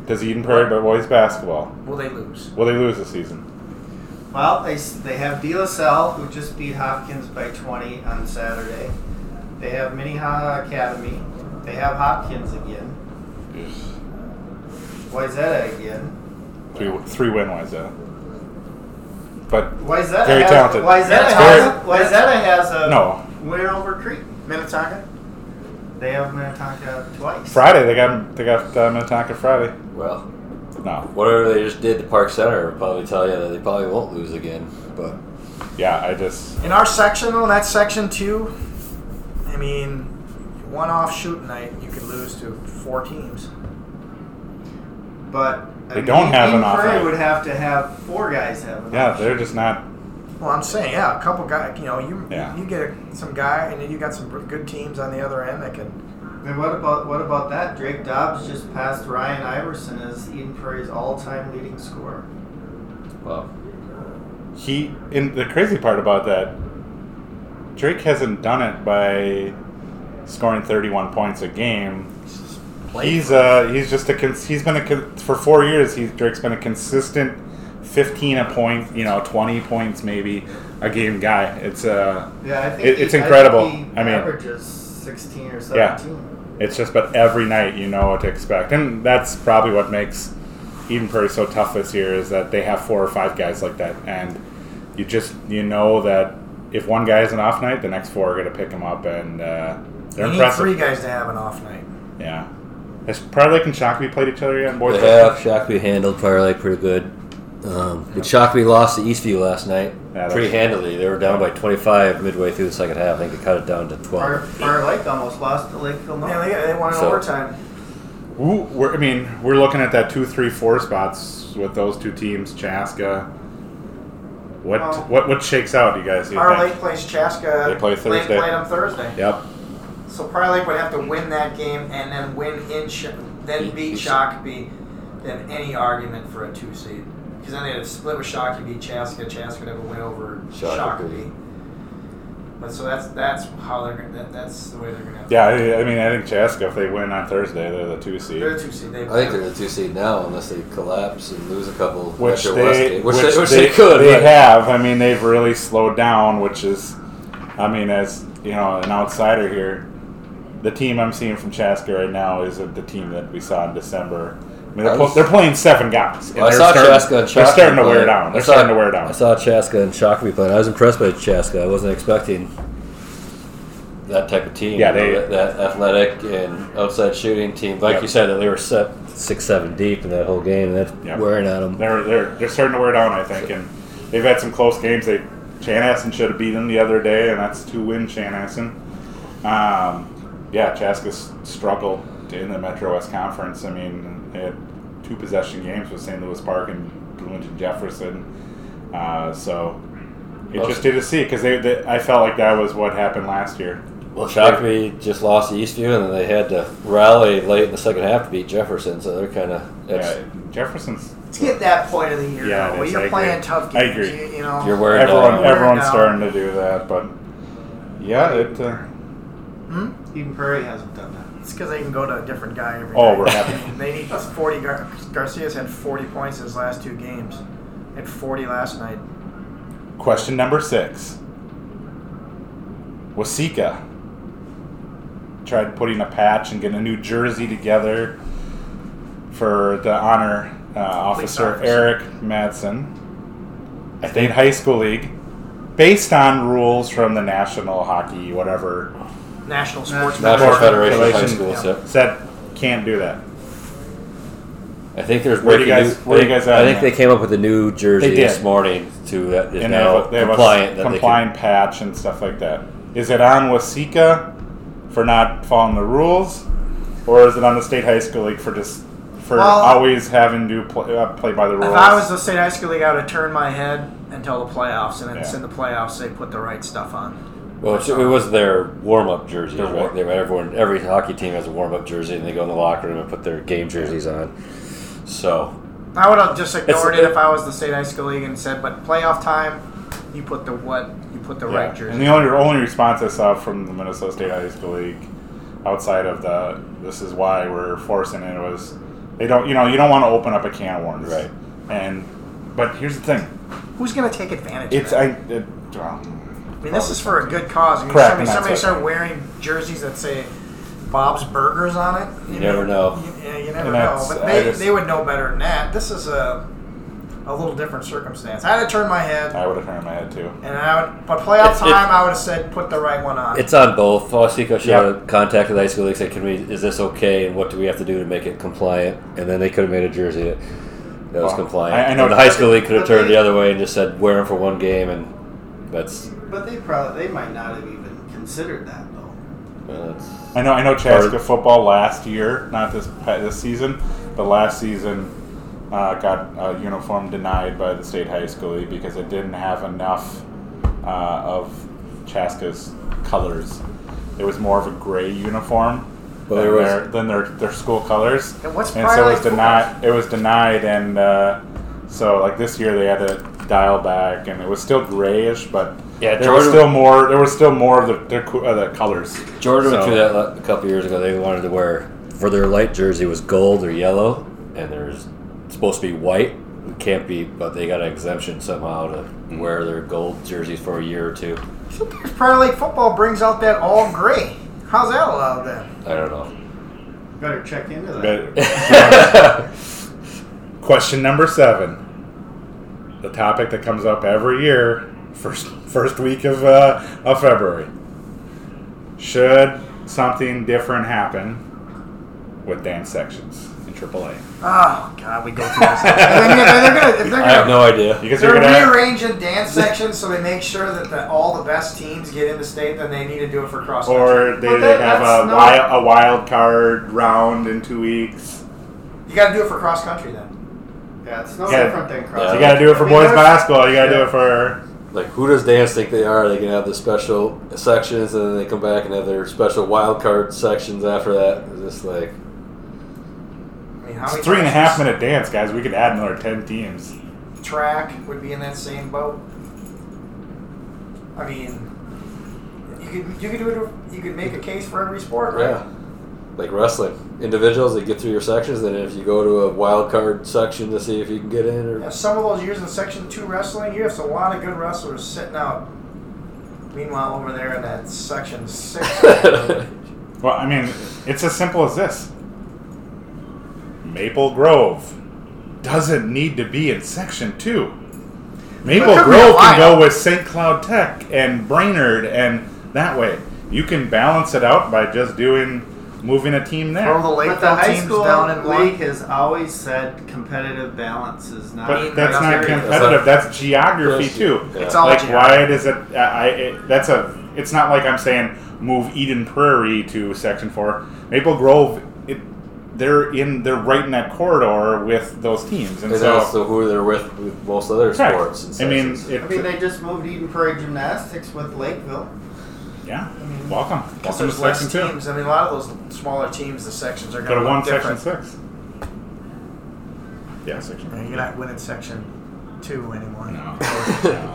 [SPEAKER 2] Does Eden Prairie boys basketball?
[SPEAKER 1] Will they lose?
[SPEAKER 2] Will they lose this season?
[SPEAKER 4] Well, they, s- they have De La Salle, who just beat Hopkins by 20 on Saturday. They have Minnehaha Academy. They have Hopkins again. Why is that again?
[SPEAKER 2] Three, three win wise though. But
[SPEAKER 4] Why is that?
[SPEAKER 2] Very
[SPEAKER 4] has,
[SPEAKER 2] talented.
[SPEAKER 4] Why is that?
[SPEAKER 1] That's
[SPEAKER 4] Has,
[SPEAKER 2] very-
[SPEAKER 4] why is that has a
[SPEAKER 2] no,
[SPEAKER 4] win over Crete?
[SPEAKER 1] Minnetonka.
[SPEAKER 4] They have Minnetonka twice.
[SPEAKER 2] Friday they got they got uh, Minnetonka Friday.
[SPEAKER 5] Well,
[SPEAKER 2] No,
[SPEAKER 5] whatever they just did to Park Center will probably tell you that they probably won't lose again. But
[SPEAKER 2] yeah, I just
[SPEAKER 1] In our section, though, that's section two. I mean, one off shoot night, you could lose to four teams.
[SPEAKER 4] But
[SPEAKER 2] They don't have an
[SPEAKER 4] Prairie
[SPEAKER 2] offense.
[SPEAKER 4] would have to have four guys have an
[SPEAKER 2] yeah
[SPEAKER 4] offense.
[SPEAKER 2] they're just not
[SPEAKER 1] Well, I'm saying, yeah, a couple guys. You know, you
[SPEAKER 2] Yeah.
[SPEAKER 1] you get some guy, and then you got some good teams on the other end that can.
[SPEAKER 4] And what about what about that? Drake Dobbs just passed Ryan Iverson as Eden Prairie's all-time leading scorer.
[SPEAKER 5] well,
[SPEAKER 2] he. And the crazy part about that, Drake hasn't done it by scoring thirty one points a game. He's uh he's just a cons- he's been a con- for four years he's Drake's been a consistent fifteen a point you know twenty points maybe a game guy. It's uh.
[SPEAKER 4] Yeah, I think
[SPEAKER 2] It-
[SPEAKER 4] he-
[SPEAKER 2] it's incredible.
[SPEAKER 4] I, think he
[SPEAKER 2] I mean-
[SPEAKER 4] averages sixteen or
[SPEAKER 2] Yeah.
[SPEAKER 4] seventeen.
[SPEAKER 2] It's just, but every night you know what to expect, and that's probably what makes Eden Prairie so tough this year is that they have four or five guys like that, and you just you know that if one guy has an off night, the next four are going to pick him up, and uh, they're
[SPEAKER 1] you
[SPEAKER 2] impressive.
[SPEAKER 1] need three guys to have an off night.
[SPEAKER 2] Yeah, has Prairie Lake and Shakopee played each other yet? in Boys
[SPEAKER 5] they have Shakopee handled Parlay pretty good. Um, but Shakopee lost to Eastview last night
[SPEAKER 2] Yeah, that's-
[SPEAKER 5] pretty handily. They were down by 25 midway through the second half. I think they cut it down to 12.
[SPEAKER 4] Fire, Fire Lake almost lost to Lakeville North.
[SPEAKER 1] Yeah, they, they won in
[SPEAKER 5] So-
[SPEAKER 1] overtime.
[SPEAKER 2] Ooh, we're, I mean, we're looking at that two, three, four spots with those two teams, Chaska. What
[SPEAKER 1] Well-
[SPEAKER 2] what what shakes out, you guys? do you
[SPEAKER 1] Our
[SPEAKER 2] think?
[SPEAKER 1] Lake plays Chaska.
[SPEAKER 2] They play
[SPEAKER 1] Lake
[SPEAKER 2] Thursday.
[SPEAKER 1] played them Thursday.
[SPEAKER 2] Yep.
[SPEAKER 1] So Prior Lake would have to win that game and then win in, Sh- then beat Shakopee, then any argument for a two seed. Because then they'd have split with Shakopee, Chaska, Chaska would have a win over
[SPEAKER 5] Shakopee.
[SPEAKER 1] Shakopee. But so that's that's how they're gonna- that, that's the way they're gonna. Have to
[SPEAKER 2] Yeah, I, I mean, I think Chaska, if they win on Thursday, they're the two seed.
[SPEAKER 1] they're a two seed. They
[SPEAKER 5] I think they're the two seed now, unless they collapse and lose a couple.
[SPEAKER 2] Which
[SPEAKER 5] after
[SPEAKER 2] they,
[SPEAKER 5] Westgate, which, they, which they, could.
[SPEAKER 2] They
[SPEAKER 5] right.
[SPEAKER 2] have. I mean, they've really slowed down, which is, I mean, as you know, an outsider here, the team I'm seeing from Chaska right now isn't the team that we saw in December. I mean,
[SPEAKER 5] I
[SPEAKER 2] they're, pl-
[SPEAKER 5] was-
[SPEAKER 2] they're playing seven guys. and
[SPEAKER 5] Well, I
[SPEAKER 2] they're
[SPEAKER 5] saw
[SPEAKER 2] starting,
[SPEAKER 5] Chaska and
[SPEAKER 2] They're
[SPEAKER 5] Shakopee
[SPEAKER 2] starting to wear
[SPEAKER 5] play.
[SPEAKER 2] down.
[SPEAKER 5] I
[SPEAKER 2] They're
[SPEAKER 5] saw-
[SPEAKER 2] starting to wear down.
[SPEAKER 5] I saw Chaska and Shakopee playing. I was impressed by Chaska. I wasn't expecting that type of team.
[SPEAKER 2] Yeah,
[SPEAKER 5] you know,
[SPEAKER 2] they-
[SPEAKER 5] that, that athletic and outside shooting team. Like
[SPEAKER 2] Yep.
[SPEAKER 5] you said, that they were set six, seven deep in that whole game, and that's
[SPEAKER 2] Yep.
[SPEAKER 5] wearing at them.
[SPEAKER 2] They're they're they're starting to wear down, I think, and they've had some close games. They Chanhassen should have beat them the other day, and that's two win Chanhassen. Um, yeah, Chaska's struggled in the Metro West Conference. I mean, they had two possession games with St. Louis Park and Bloomington Jefferson. Uh, so interested to see because they, they I felt like that was what happened last year.
[SPEAKER 5] Well, Shakopee just lost to Eastview, and then they had to rally late in the second half to beat Jefferson. So they're kind of
[SPEAKER 2] Yeah, Jefferson's
[SPEAKER 1] Let's get that point of the year.
[SPEAKER 2] Yeah, it
[SPEAKER 1] though. Well,
[SPEAKER 2] is. I
[SPEAKER 1] you're
[SPEAKER 2] agree.
[SPEAKER 1] playing tough
[SPEAKER 2] I
[SPEAKER 1] games.
[SPEAKER 2] agree.
[SPEAKER 1] You, you know,
[SPEAKER 5] you're wearing
[SPEAKER 2] everyone
[SPEAKER 5] down.
[SPEAKER 1] Wear
[SPEAKER 2] everyone's
[SPEAKER 1] down.
[SPEAKER 2] starting to do that, but yeah, it. Uh,
[SPEAKER 1] Hmm?
[SPEAKER 4] Eden Prairie hasn't done that.
[SPEAKER 1] It's because they can go to a different guy every
[SPEAKER 2] Oh,
[SPEAKER 1] night.
[SPEAKER 2] we're happy.
[SPEAKER 1] They need plus 40. Gar- Garcia's had 40 points his last two games. Had 40 last night.
[SPEAKER 2] Question number six. Wasika tried putting a patch and getting a new jersey together for the honor uh, officer
[SPEAKER 1] officer.
[SPEAKER 2] Eric Madsen. At Dade High School League, based on rules from the National Hockey whatever
[SPEAKER 1] National Sports
[SPEAKER 5] National
[SPEAKER 2] Sport
[SPEAKER 5] Federation of High
[SPEAKER 2] Federation,
[SPEAKER 5] Schools.
[SPEAKER 1] yeah.
[SPEAKER 5] Yep.
[SPEAKER 2] said can't do that.
[SPEAKER 5] I think there's
[SPEAKER 2] Where do you
[SPEAKER 5] breaking
[SPEAKER 2] guys-
[SPEAKER 5] new-
[SPEAKER 2] where do you guys at
[SPEAKER 5] I
[SPEAKER 2] on
[SPEAKER 5] think
[SPEAKER 2] that?
[SPEAKER 5] they came up with a new jersey
[SPEAKER 2] They did.
[SPEAKER 5] this morning to that is
[SPEAKER 2] And they
[SPEAKER 5] now
[SPEAKER 2] have, they have
[SPEAKER 5] compliant.
[SPEAKER 2] a
[SPEAKER 5] that
[SPEAKER 2] compliant patch and stuff like that. Is it on Wasika for not following the rules, or is it on the state high school league for just for
[SPEAKER 1] Well-
[SPEAKER 2] always having to play, uh, play by the rules?
[SPEAKER 1] If I was the state high school league, I would have turned my head until the playoffs, and it's
[SPEAKER 2] Yeah.
[SPEAKER 1] in the playoffs they put the right stuff on.
[SPEAKER 5] They can, well, it's- it was their warm up jerseys,
[SPEAKER 2] Their
[SPEAKER 5] right?
[SPEAKER 2] warm-
[SPEAKER 5] They, everyone, every hockey team has a warm up jersey, and they go in the locker room and put their game jerseys on. So
[SPEAKER 1] I would have just ignored
[SPEAKER 5] It's-
[SPEAKER 1] it if I was the state high school league and said, "But playoff time, you put the what? You put the
[SPEAKER 2] Yeah.
[SPEAKER 1] right
[SPEAKER 2] And
[SPEAKER 1] jersey."
[SPEAKER 2] the only only response I saw from the Minnesota State High School League, outside of the "this is why we're forcing it," was they don't you know you don't want to open up a can of worms,
[SPEAKER 5] Right.
[SPEAKER 2] And but here's the thing,
[SPEAKER 1] Who's going to take advantage?
[SPEAKER 2] it's
[SPEAKER 1] of
[SPEAKER 2] I
[SPEAKER 1] it?
[SPEAKER 2] it, well,
[SPEAKER 1] I mean, this is for a good cause. I mean,
[SPEAKER 2] Correct,
[SPEAKER 1] somebody,
[SPEAKER 2] and that's
[SPEAKER 1] somebody
[SPEAKER 2] it.
[SPEAKER 1] start wearing jerseys that say Bob's Burgers on it.
[SPEAKER 5] You never know.
[SPEAKER 1] You, yeah, you never
[SPEAKER 2] And
[SPEAKER 1] know.
[SPEAKER 2] that's-
[SPEAKER 1] But
[SPEAKER 2] I
[SPEAKER 1] they,
[SPEAKER 2] just-
[SPEAKER 1] they would know better than that. This is a a little different circumstance. I'd have turned my head,
[SPEAKER 2] I would have turned my head too.
[SPEAKER 1] and I would. But playoff
[SPEAKER 5] It's-
[SPEAKER 1] time,
[SPEAKER 5] it's-
[SPEAKER 1] I would have said put the right one on.
[SPEAKER 5] It's on both. Fosico should
[SPEAKER 2] Yep.
[SPEAKER 5] have contacted the high school league, said, "Can we? Is this okay? And what do we have to do to make it compliant?" And then they could have made a jersey that, that was
[SPEAKER 2] Well,
[SPEAKER 5] compliant.
[SPEAKER 2] I- I know-
[SPEAKER 5] and the high school league could have
[SPEAKER 4] But
[SPEAKER 5] turned
[SPEAKER 4] they-
[SPEAKER 5] the other way and just said, "Wear them for one game," and that's
[SPEAKER 4] But they probably they might not have even considered that though.
[SPEAKER 5] well, that's
[SPEAKER 2] I know, I know, Chaska
[SPEAKER 5] Or-
[SPEAKER 2] football last year, not this pa- this season, but last season uh, got a uniform denied by the state high school league because it didn't have enough uh, of Chaska's colors. It was more of a gray uniform
[SPEAKER 5] But
[SPEAKER 2] than,
[SPEAKER 5] there was-
[SPEAKER 2] their, than their their school colors,
[SPEAKER 1] And what's
[SPEAKER 2] so
[SPEAKER 1] Prior
[SPEAKER 2] it was
[SPEAKER 1] Lake football?
[SPEAKER 2] denied. It was denied, and uh, so like this year they had to dial back, and it was still grayish, but.
[SPEAKER 5] Yeah,
[SPEAKER 2] there was
[SPEAKER 5] Jordan-
[SPEAKER 2] still more. There was still more of the, their, co- uh, the colors.
[SPEAKER 5] Jordan went
[SPEAKER 2] So-
[SPEAKER 5] through that a couple years ago. They wanted to wear for their light jersey was gold or yellow, and there's it's supposed to be white. It can't be, but they got an exemption somehow to wear their gold jerseys for a year or two.
[SPEAKER 1] Prior League football brings out that all gray. How's that allowed then?
[SPEAKER 5] I don't know.
[SPEAKER 4] Better check into that.
[SPEAKER 2] Question number seven. The topic that comes up every year, first first week of uh, of February. Should something different happen with dance sections in AAA?
[SPEAKER 1] Oh God, we go through this. And then, yeah, they're gonna, if they're
[SPEAKER 5] I have
[SPEAKER 1] gonna,
[SPEAKER 5] no idea.
[SPEAKER 2] Because you're
[SPEAKER 1] they're
[SPEAKER 2] gonna
[SPEAKER 1] rearranging dance sections so they make sure that the, all the best teams get into state. Then they need to do it for cross country.
[SPEAKER 2] or they
[SPEAKER 4] But that-
[SPEAKER 2] have a
[SPEAKER 4] that's not-
[SPEAKER 2] wild, a wild card round in two weeks.
[SPEAKER 1] You got to do it for cross country then.
[SPEAKER 4] Yeah, it's no
[SPEAKER 2] Yeah.
[SPEAKER 4] different than cross.
[SPEAKER 5] Yeah.
[SPEAKER 2] You gotta do it for
[SPEAKER 4] I mean,
[SPEAKER 2] boys
[SPEAKER 4] there's-
[SPEAKER 2] basketball. You gotta do
[SPEAKER 4] Yeah.
[SPEAKER 2] it for
[SPEAKER 5] Like, who does dance think they are? They can have the special sections, and then they come back and have their special wild card sections after that. It's just like,
[SPEAKER 1] I mean, how
[SPEAKER 2] it's
[SPEAKER 1] many
[SPEAKER 2] three and a
[SPEAKER 1] times
[SPEAKER 2] half minute dance, guys. We could add another ten teams.
[SPEAKER 1] Track would be in that same boat. I mean, you could you could do it. You could make a case for every sport, right?
[SPEAKER 5] yeah, like wrestling. Individuals, they get through your sections, then if you go to a wild card section to see if you can get in, or
[SPEAKER 1] Yeah, some of those years in Section 2 wrestling, you have a lot of good wrestlers sitting out. Meanwhile, over there in that Section 6,
[SPEAKER 2] Well, I mean, it's as simple as this. Maple Grove doesn't need to be in Section 2. Maple
[SPEAKER 1] But could we
[SPEAKER 2] Grove
[SPEAKER 1] align
[SPEAKER 2] can go with St. Cloud Tech and Brainerd and that way. You can balance it out by just doing moving a team
[SPEAKER 1] throw the
[SPEAKER 2] there.
[SPEAKER 1] Lakeville
[SPEAKER 4] But the high
[SPEAKER 1] teams
[SPEAKER 4] school
[SPEAKER 1] down in
[SPEAKER 4] league
[SPEAKER 1] one.
[SPEAKER 4] has always said competitive balance is not.
[SPEAKER 2] But that's
[SPEAKER 1] that's
[SPEAKER 2] not
[SPEAKER 1] very-
[SPEAKER 2] competitive. That's geography
[SPEAKER 5] Yes.
[SPEAKER 2] too.
[SPEAKER 5] Yeah.
[SPEAKER 1] It's all
[SPEAKER 2] like
[SPEAKER 1] geography.
[SPEAKER 2] why does it? I, I it, that's a. It's not like I'm saying move Eden Prairie to Section Four. Maple Grove, it, they're in. They're right in that corridor with those teams, and
[SPEAKER 5] And
[SPEAKER 2] so.
[SPEAKER 5] also who they're with with most other
[SPEAKER 2] Correct.
[SPEAKER 5] sports. And
[SPEAKER 2] I mean,
[SPEAKER 5] sections.
[SPEAKER 2] it,
[SPEAKER 4] I mean, they just moved Eden Prairie Gymnastics with Lakeville.
[SPEAKER 2] yeah.
[SPEAKER 4] mean-
[SPEAKER 2] Welcome,
[SPEAKER 1] Because
[SPEAKER 2] welcome to
[SPEAKER 1] there's less
[SPEAKER 2] Section Two.
[SPEAKER 1] teams. I mean, a lot of those smaller teams, the sections are
[SPEAKER 2] Go
[SPEAKER 1] going
[SPEAKER 2] to
[SPEAKER 1] to
[SPEAKER 2] one
[SPEAKER 1] look
[SPEAKER 2] Section
[SPEAKER 1] different.
[SPEAKER 2] Six. Yeah, Section.
[SPEAKER 1] You know, You're not winning Section 2 anymore.
[SPEAKER 2] No.
[SPEAKER 1] Or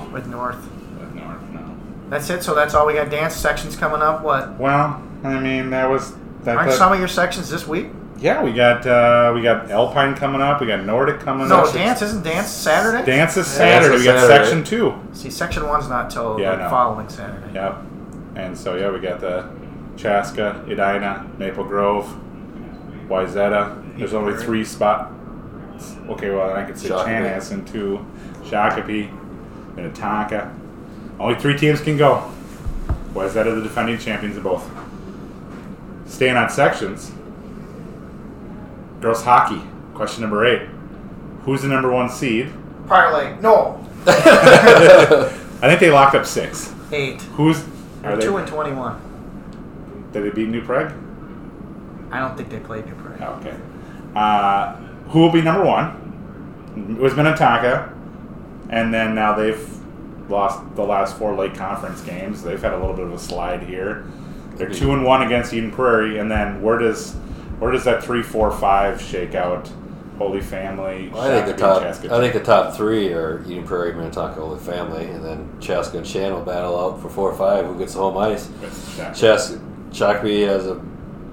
[SPEAKER 1] With North.
[SPEAKER 2] No, no.
[SPEAKER 1] That's it. So that's all we got. Dance sections coming up. What?
[SPEAKER 2] Well, I mean, that was that.
[SPEAKER 1] Aren't
[SPEAKER 2] that-
[SPEAKER 1] some of your sections this week?
[SPEAKER 2] yeah, we got uh, we got Alpine coming up. We got Nordic coming
[SPEAKER 1] No,
[SPEAKER 2] up.
[SPEAKER 1] dance isn't dance Saturday.
[SPEAKER 2] Dance is
[SPEAKER 5] Yeah,
[SPEAKER 2] Saturday.
[SPEAKER 5] it's
[SPEAKER 2] we
[SPEAKER 5] a
[SPEAKER 2] got
[SPEAKER 5] Saturday.
[SPEAKER 2] Section Two.
[SPEAKER 1] See, Section One's not till
[SPEAKER 2] Yeah, I
[SPEAKER 1] the
[SPEAKER 2] know.
[SPEAKER 1] following Saturday.
[SPEAKER 2] Yep. And so yeah, we got the Chaska, Edina, Maple Grove, Wyzetta. There's only three spots. Okay, well I could say
[SPEAKER 5] Shakopee.
[SPEAKER 2] Chanas and two, Shakopee, Minnetonka. Only three teams can go. Why is that of the defending champions of both? Staying on sections. Girls hockey. Question number eight. Who's the number one seed?
[SPEAKER 1] Parlay. No.
[SPEAKER 2] I think they locked up six.
[SPEAKER 1] Eight.
[SPEAKER 2] Who's are
[SPEAKER 1] Two
[SPEAKER 2] they?
[SPEAKER 1] and twenty-one.
[SPEAKER 2] Did they beat New Prague? Oh,
[SPEAKER 1] I don't think they played New Prague.
[SPEAKER 2] Okay. Uh, who will be number one? It was Minnetonka, and then now they've lost the last four late conference games. They've had a little bit of a slide here. They're two and one against Eden Prairie, and then where does where does that three, four, five shake out? Holy Family.
[SPEAKER 5] Well, I think the
[SPEAKER 2] Shakopee,
[SPEAKER 5] top.
[SPEAKER 2] Chaska-
[SPEAKER 5] I think the top three are Eden Prairie, Minnetonka, Holy Family, and then Chaska and Shan will battle out for four or five. Who gets the home ice?
[SPEAKER 2] Shakopee.
[SPEAKER 5] Chaska, Shakopee has a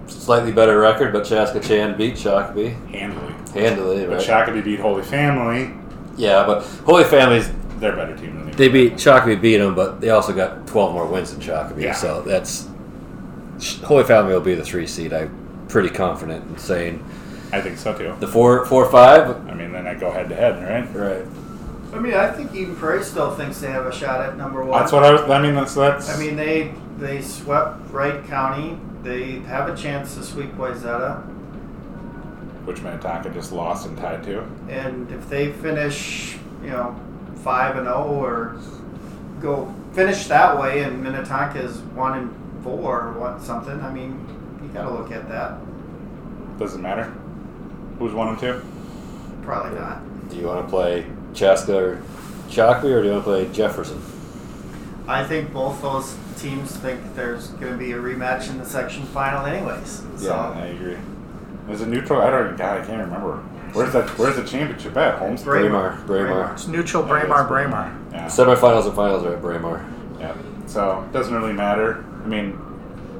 [SPEAKER 5] slightly better record, but Chaska Chan beat Shakopee
[SPEAKER 2] handily.
[SPEAKER 5] handily,
[SPEAKER 2] But
[SPEAKER 5] right?
[SPEAKER 2] Shakopee beat Holy Family.
[SPEAKER 5] yeah, but Holy Family's
[SPEAKER 2] They're a better team than
[SPEAKER 5] they beat Shakopee beat them, but they also got twelve more wins than Shakopee.
[SPEAKER 2] Yeah.
[SPEAKER 5] So that's Sh- Holy Family will be the three seed. I'm pretty confident in saying
[SPEAKER 2] I think so too.
[SPEAKER 5] the four, four, five.
[SPEAKER 2] I mean, then I go head to head, right?
[SPEAKER 5] Right.
[SPEAKER 4] I mean, I think Eden Prairie still thinks they have a shot at number one.
[SPEAKER 2] That's what I was. I mean, that's that's.
[SPEAKER 4] I mean, they they swept Wright County. They have a chance to sweep Wayzata.
[SPEAKER 2] which Minnetonka just lost and tied to.
[SPEAKER 4] And if they finish, you know, five and zero or go finish that way, and Minnetonka is one and four or what something. I mean, you got to look at that.
[SPEAKER 2] Doesn't matter. Who's one and two?
[SPEAKER 4] Probably not.
[SPEAKER 5] Do you want to play Chaska or Shakopee, or do you want to play Jefferson?
[SPEAKER 4] I think both those teams think there's going to be a rematch in the section final, anyways.
[SPEAKER 2] I
[SPEAKER 4] So
[SPEAKER 2] agree. There's a neutral. I don't. God, I can't remember. Where's that? Where's the championship at? Holmes.
[SPEAKER 4] Braemar.
[SPEAKER 5] Braemar. Braemar.
[SPEAKER 1] It's neutral Braemar, Braemar.
[SPEAKER 2] Yeah.
[SPEAKER 5] Semifinals and finals are at Braemar.
[SPEAKER 2] yeah. So it doesn't really matter. I mean,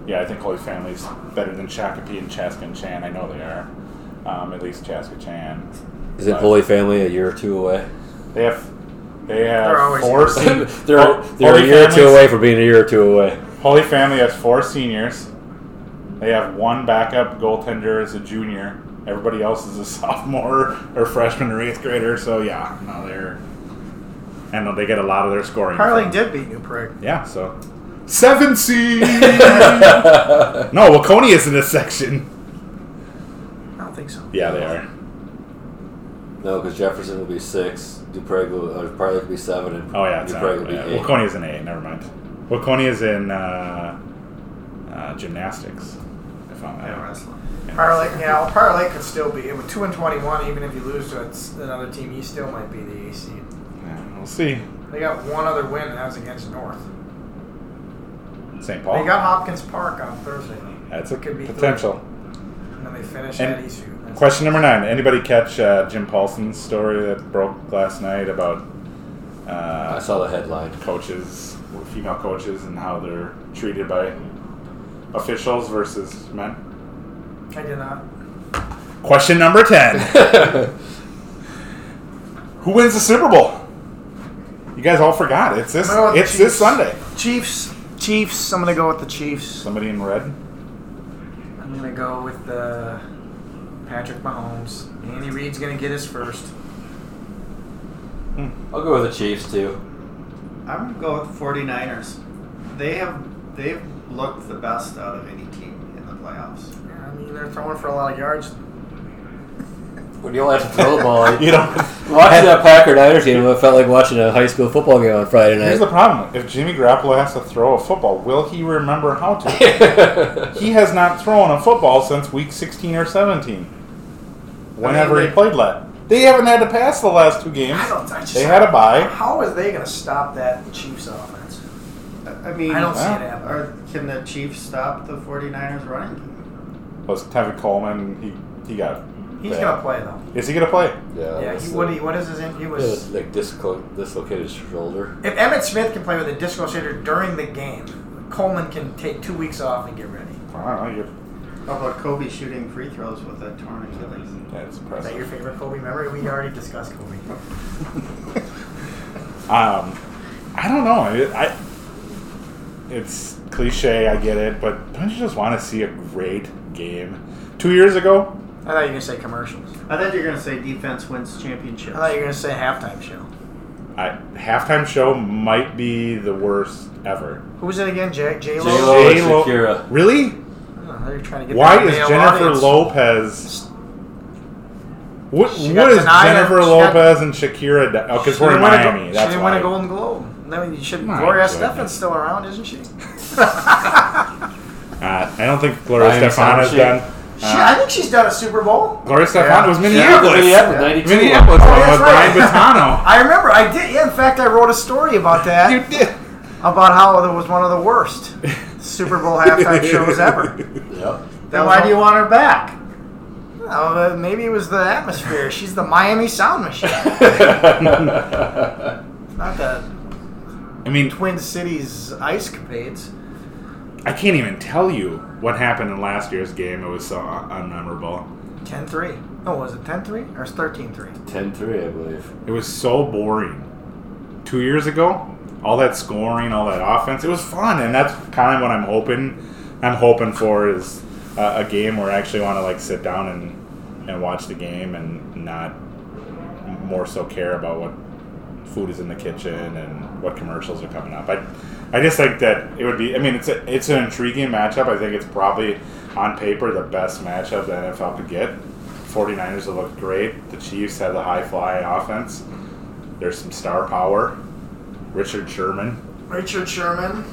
[SPEAKER 2] yeah, I think Holy Family's better than Shakopee and Chaska and Chan. I know they are. Um, at least Chaska Chan.
[SPEAKER 5] Is it
[SPEAKER 2] Right.
[SPEAKER 5] Holy Family a year or two away?
[SPEAKER 2] They have. They
[SPEAKER 1] They're
[SPEAKER 2] have
[SPEAKER 1] always-
[SPEAKER 2] four.
[SPEAKER 5] they're
[SPEAKER 2] Sen-
[SPEAKER 5] they're a
[SPEAKER 2] Holy
[SPEAKER 5] year or two
[SPEAKER 2] Family's-
[SPEAKER 5] away from being a year or two away.
[SPEAKER 2] Holy Family has four seniors. They have one backup goaltender as a junior. Everybody else is a sophomore or freshman or eighth grader. So yeah, no, they're and they get a lot of their scoring.
[SPEAKER 1] Parlay
[SPEAKER 2] from-
[SPEAKER 1] did beat New Prague.
[SPEAKER 2] Yeah, so seven seed. no, Waconey is in this section.
[SPEAKER 1] I don't think so.
[SPEAKER 2] Yeah, they are.
[SPEAKER 5] No, because Jefferson will be six, Dupreg will uh, probably will be seven, and
[SPEAKER 2] Oh yeah, it's
[SPEAKER 5] Dupreg will
[SPEAKER 2] not,
[SPEAKER 5] be
[SPEAKER 2] yeah.
[SPEAKER 5] eight.
[SPEAKER 2] Waconey is in A. Never mind. Waconey is in uh, uh, gymnastics. If I'm
[SPEAKER 4] yeah, wrestling.
[SPEAKER 1] Parlay, yeah, well, Parlay could still be. With two and twenty-one, even if you lose to it's another team, he still might be the A seed.
[SPEAKER 2] Yeah, we'll see.
[SPEAKER 1] They got one other win, and that was against North.
[SPEAKER 2] St.
[SPEAKER 1] They
[SPEAKER 2] Paul.
[SPEAKER 1] got Hopkins Park on Thursday,
[SPEAKER 2] That's a
[SPEAKER 1] Could be three.
[SPEAKER 2] potential.
[SPEAKER 1] and then they finished
[SPEAKER 2] And-
[SPEAKER 1] at Eastview. That's-
[SPEAKER 2] Question number nine. Anybody catch uh, Jim Paulson's story that broke last night about
[SPEAKER 5] I
[SPEAKER 2] uh,
[SPEAKER 5] saw the headline.
[SPEAKER 2] coaches, female coaches, and how they're treated by officials versus men?
[SPEAKER 1] I did not.
[SPEAKER 2] Question number 10. Who wins the Super Bowl? You guys all forgot. It's this,
[SPEAKER 1] I'm
[SPEAKER 5] Oh,
[SPEAKER 1] gonna go with the
[SPEAKER 2] it's
[SPEAKER 1] Chiefs.
[SPEAKER 2] this Sunday.
[SPEAKER 1] Chiefs. Chiefs. I'm gonna go with the Chiefs.
[SPEAKER 2] Somebody in red?
[SPEAKER 1] I'm gonna go with the Patrick Mahomes. Andy Reid's gonna get his first.
[SPEAKER 5] I'll go with the Chiefs too.
[SPEAKER 4] I'm gonna go with the 49ers. They have they've looked the best out of any team in the playoffs.
[SPEAKER 1] Yeah, I mean, they're throwing for a lot of yards.
[SPEAKER 5] When you watch a throw the ball,
[SPEAKER 2] You
[SPEAKER 5] you
[SPEAKER 2] know,
[SPEAKER 5] watching that Packer Niners game, it felt like watching a high school football game on Friday
[SPEAKER 2] here's the
[SPEAKER 5] night.
[SPEAKER 2] problem. If Jimmy Garoppolo has to throw a football, will he remember how to? He has not thrown a football since week 16 or 17. Whenever
[SPEAKER 4] I mean,
[SPEAKER 2] he
[SPEAKER 4] they-
[SPEAKER 2] played last. They haven't had to pass the last two games.
[SPEAKER 1] I don't. I just,
[SPEAKER 2] They had a bye.
[SPEAKER 1] How are they gonna stop that Chiefs offense?
[SPEAKER 4] I I mean,
[SPEAKER 1] I don't see it
[SPEAKER 2] Wow.
[SPEAKER 1] happening.
[SPEAKER 4] are, can the Chiefs stop the 49ers running game?
[SPEAKER 2] Was Tevin Coleman, he, he got.
[SPEAKER 1] He's
[SPEAKER 2] bad.
[SPEAKER 1] gonna play though.
[SPEAKER 2] Is he going to play?
[SPEAKER 5] yeah,
[SPEAKER 1] yeah.
[SPEAKER 5] that's
[SPEAKER 1] He,
[SPEAKER 5] the-
[SPEAKER 1] what, he, what is his? in- He
[SPEAKER 5] yeah,
[SPEAKER 1] was.
[SPEAKER 5] it's uh, like dislo- dislocated shoulder.
[SPEAKER 1] If Emmett Smith can play with a disco shader during the game, Coleman can take two weeks off and get ready.
[SPEAKER 2] I don't know. you-
[SPEAKER 4] How about Kobe shooting free throws with a torn Achilles?
[SPEAKER 2] That's
[SPEAKER 1] Is that your
[SPEAKER 2] impressive.
[SPEAKER 1] favorite Kobe memory? We already discussed Kobe.
[SPEAKER 2] Um, I don't know. I, I, it's cliche, I get it, but don't you just want to see a great game? Two years ago,
[SPEAKER 1] I thought you were gonna say commercials.
[SPEAKER 4] I thought you were gonna say defense wins championships.
[SPEAKER 1] I thought you were gonna say halftime show.
[SPEAKER 2] I, halftime show might be the worst ever.
[SPEAKER 1] Who was it again? J J
[SPEAKER 5] J
[SPEAKER 1] Lo.
[SPEAKER 5] Lo and
[SPEAKER 2] J-Lo-
[SPEAKER 5] Shakira.
[SPEAKER 2] Really?
[SPEAKER 1] They're trying to get
[SPEAKER 2] Why
[SPEAKER 1] that
[SPEAKER 2] is
[SPEAKER 1] male
[SPEAKER 2] Jennifer
[SPEAKER 1] audience.
[SPEAKER 2] Lopez? What,
[SPEAKER 1] She
[SPEAKER 2] what
[SPEAKER 1] got
[SPEAKER 2] is
[SPEAKER 1] denied it.
[SPEAKER 2] Jennifer
[SPEAKER 1] She got-
[SPEAKER 2] Lopez and Shakira? Because
[SPEAKER 1] She
[SPEAKER 2] we're in
[SPEAKER 1] didn't win a go-
[SPEAKER 2] Miami.
[SPEAKER 1] She
[SPEAKER 2] that's
[SPEAKER 1] didn't
[SPEAKER 2] why.
[SPEAKER 1] win a Golden Globe. No, you should.
[SPEAKER 2] My
[SPEAKER 1] Gloria
[SPEAKER 2] goodness.
[SPEAKER 1] Stefan's still around, isn't she?
[SPEAKER 2] Uh, I don't think Gloria
[SPEAKER 5] Miami
[SPEAKER 2] Stefan has
[SPEAKER 5] Sound
[SPEAKER 2] done.
[SPEAKER 1] she I
[SPEAKER 2] Uh,
[SPEAKER 1] think she's done a Super Bowl.
[SPEAKER 2] Gloria Stefan
[SPEAKER 1] Yeah.
[SPEAKER 2] was
[SPEAKER 5] Yeah,
[SPEAKER 2] Minneapolis.
[SPEAKER 5] Minneapolis, 92.
[SPEAKER 2] Minneapolis one
[SPEAKER 1] that's
[SPEAKER 2] with
[SPEAKER 1] right.
[SPEAKER 2] Brian Batano.
[SPEAKER 1] I remember. I did. Yeah. In fact, I wrote a story about that.
[SPEAKER 2] did.
[SPEAKER 1] about how it was one of the worst Super Bowl halftime shows ever.
[SPEAKER 5] Yep.
[SPEAKER 1] That
[SPEAKER 4] Then why
[SPEAKER 1] was-
[SPEAKER 4] do you want her back?
[SPEAKER 1] Uh, maybe it was the atmosphere. She's the Miami Sound Machine, not the
[SPEAKER 2] I mean,
[SPEAKER 1] Twin Cities ice capades.
[SPEAKER 2] I can't even tell you what happened in last year's game. It was so un- unmemorable.
[SPEAKER 1] 10-3. No, was it 10-3 or 13-3?
[SPEAKER 5] 10 3, I believe.
[SPEAKER 2] It was so boring. Two years ago, all that scoring, all that offense, it was fun, and that's kind of what I'm hoping. I'm hoping for is uh, a game where I actually want to like sit down and and watch the game and not more so care about what food is in the kitchen and what commercials are coming up. I, I just think that it would be. I mean, it's a, it's an intriguing matchup. I think it's probably on paper the best matchup the NFL could get. 49ers have looked great. The Chiefs have the high fly offense. There's some star power. Richard Sherman.
[SPEAKER 1] Richard Sherman.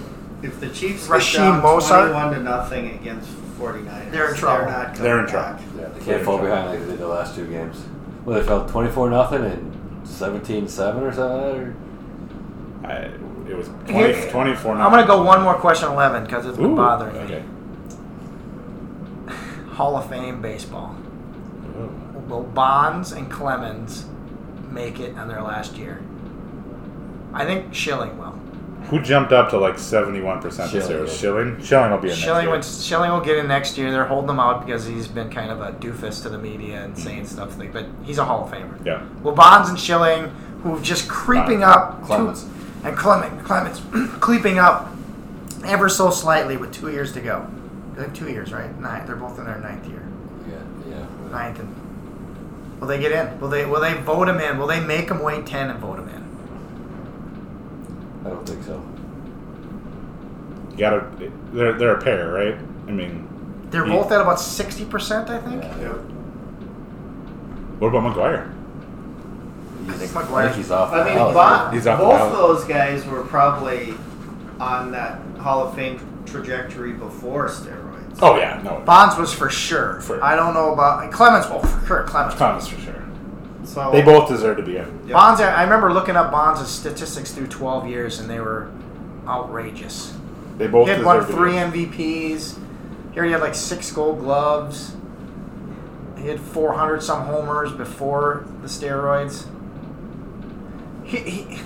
[SPEAKER 4] If the Chiefs
[SPEAKER 1] Rasheed
[SPEAKER 4] get down
[SPEAKER 1] Mozart?
[SPEAKER 4] 21 to nothing against 49ers,
[SPEAKER 1] They're in trouble.
[SPEAKER 4] They're, not
[SPEAKER 2] They're in
[SPEAKER 4] coming back.
[SPEAKER 2] trouble.
[SPEAKER 5] Yeah, they can't fall behind like they did the last two games. Well, they fell 24 0 and 17 7 or something. Or
[SPEAKER 2] I, it was 20,
[SPEAKER 1] Here-
[SPEAKER 2] 24
[SPEAKER 1] I'm gonna go one more question, eleven, because it's been bothering
[SPEAKER 2] okay.
[SPEAKER 1] me. Hall of Fame baseball.
[SPEAKER 2] Ooh.
[SPEAKER 1] Will Bonds and Clemens make it on their last year? I think Schilling will.
[SPEAKER 2] Who jumped up to like 71% this year?
[SPEAKER 5] Schilling.
[SPEAKER 2] Schilling? Schilling will be in next
[SPEAKER 1] Schilling,
[SPEAKER 2] year.
[SPEAKER 1] went, Schilling will get in next year. They're holding him out because he's been kind of a doofus to the media and saying stuff like. But he's a Hall of Famer.
[SPEAKER 2] Mm-hmm. Yeah.
[SPEAKER 1] Well, Bonds and Schilling, who are just creeping up, two-
[SPEAKER 5] Clemens.
[SPEAKER 1] and Clement, Clemens, creeping up ever so slightly with two years to go. They have two years, right? Nine. They're both in their ninth year.
[SPEAKER 5] yeah, yeah.
[SPEAKER 1] Ninth and will they get in? Will they? Will they vote him in? Will they make him wait ten and vote him in?
[SPEAKER 5] I don't think so.
[SPEAKER 2] You gotta, they're, they're a pair, right? I mean,
[SPEAKER 1] They're
[SPEAKER 2] Yeah.
[SPEAKER 1] both at about sixty percent, I think.
[SPEAKER 5] Yeah.
[SPEAKER 2] what about McGuire?
[SPEAKER 5] He's- I
[SPEAKER 1] think
[SPEAKER 5] think
[SPEAKER 1] McGuire-
[SPEAKER 5] he's off.
[SPEAKER 4] I mean,
[SPEAKER 5] the
[SPEAKER 4] Bo-
[SPEAKER 5] bot.
[SPEAKER 2] Oh, He's off the
[SPEAKER 4] both
[SPEAKER 2] ballot.
[SPEAKER 4] of those guys were probably on that Hall of Fame trajectory before steroids.
[SPEAKER 2] Oh, yeah, no.
[SPEAKER 1] Bonds was for sure.
[SPEAKER 2] For-
[SPEAKER 1] I don't know about Clemens. Well, for sure, Clemens.
[SPEAKER 2] Thomas for sure.
[SPEAKER 4] So
[SPEAKER 2] They both deserve to be in.
[SPEAKER 4] Yeah.
[SPEAKER 1] Bonds. I remember looking up Bonds' statistics through twelve years, and they were outrageous.
[SPEAKER 2] They both
[SPEAKER 1] He had
[SPEAKER 2] deserve
[SPEAKER 1] won
[SPEAKER 2] to be
[SPEAKER 1] three
[SPEAKER 2] in.
[SPEAKER 1] MVPs. He already had like six Gold Gloves. He had 400 some homers before the steroids. He, he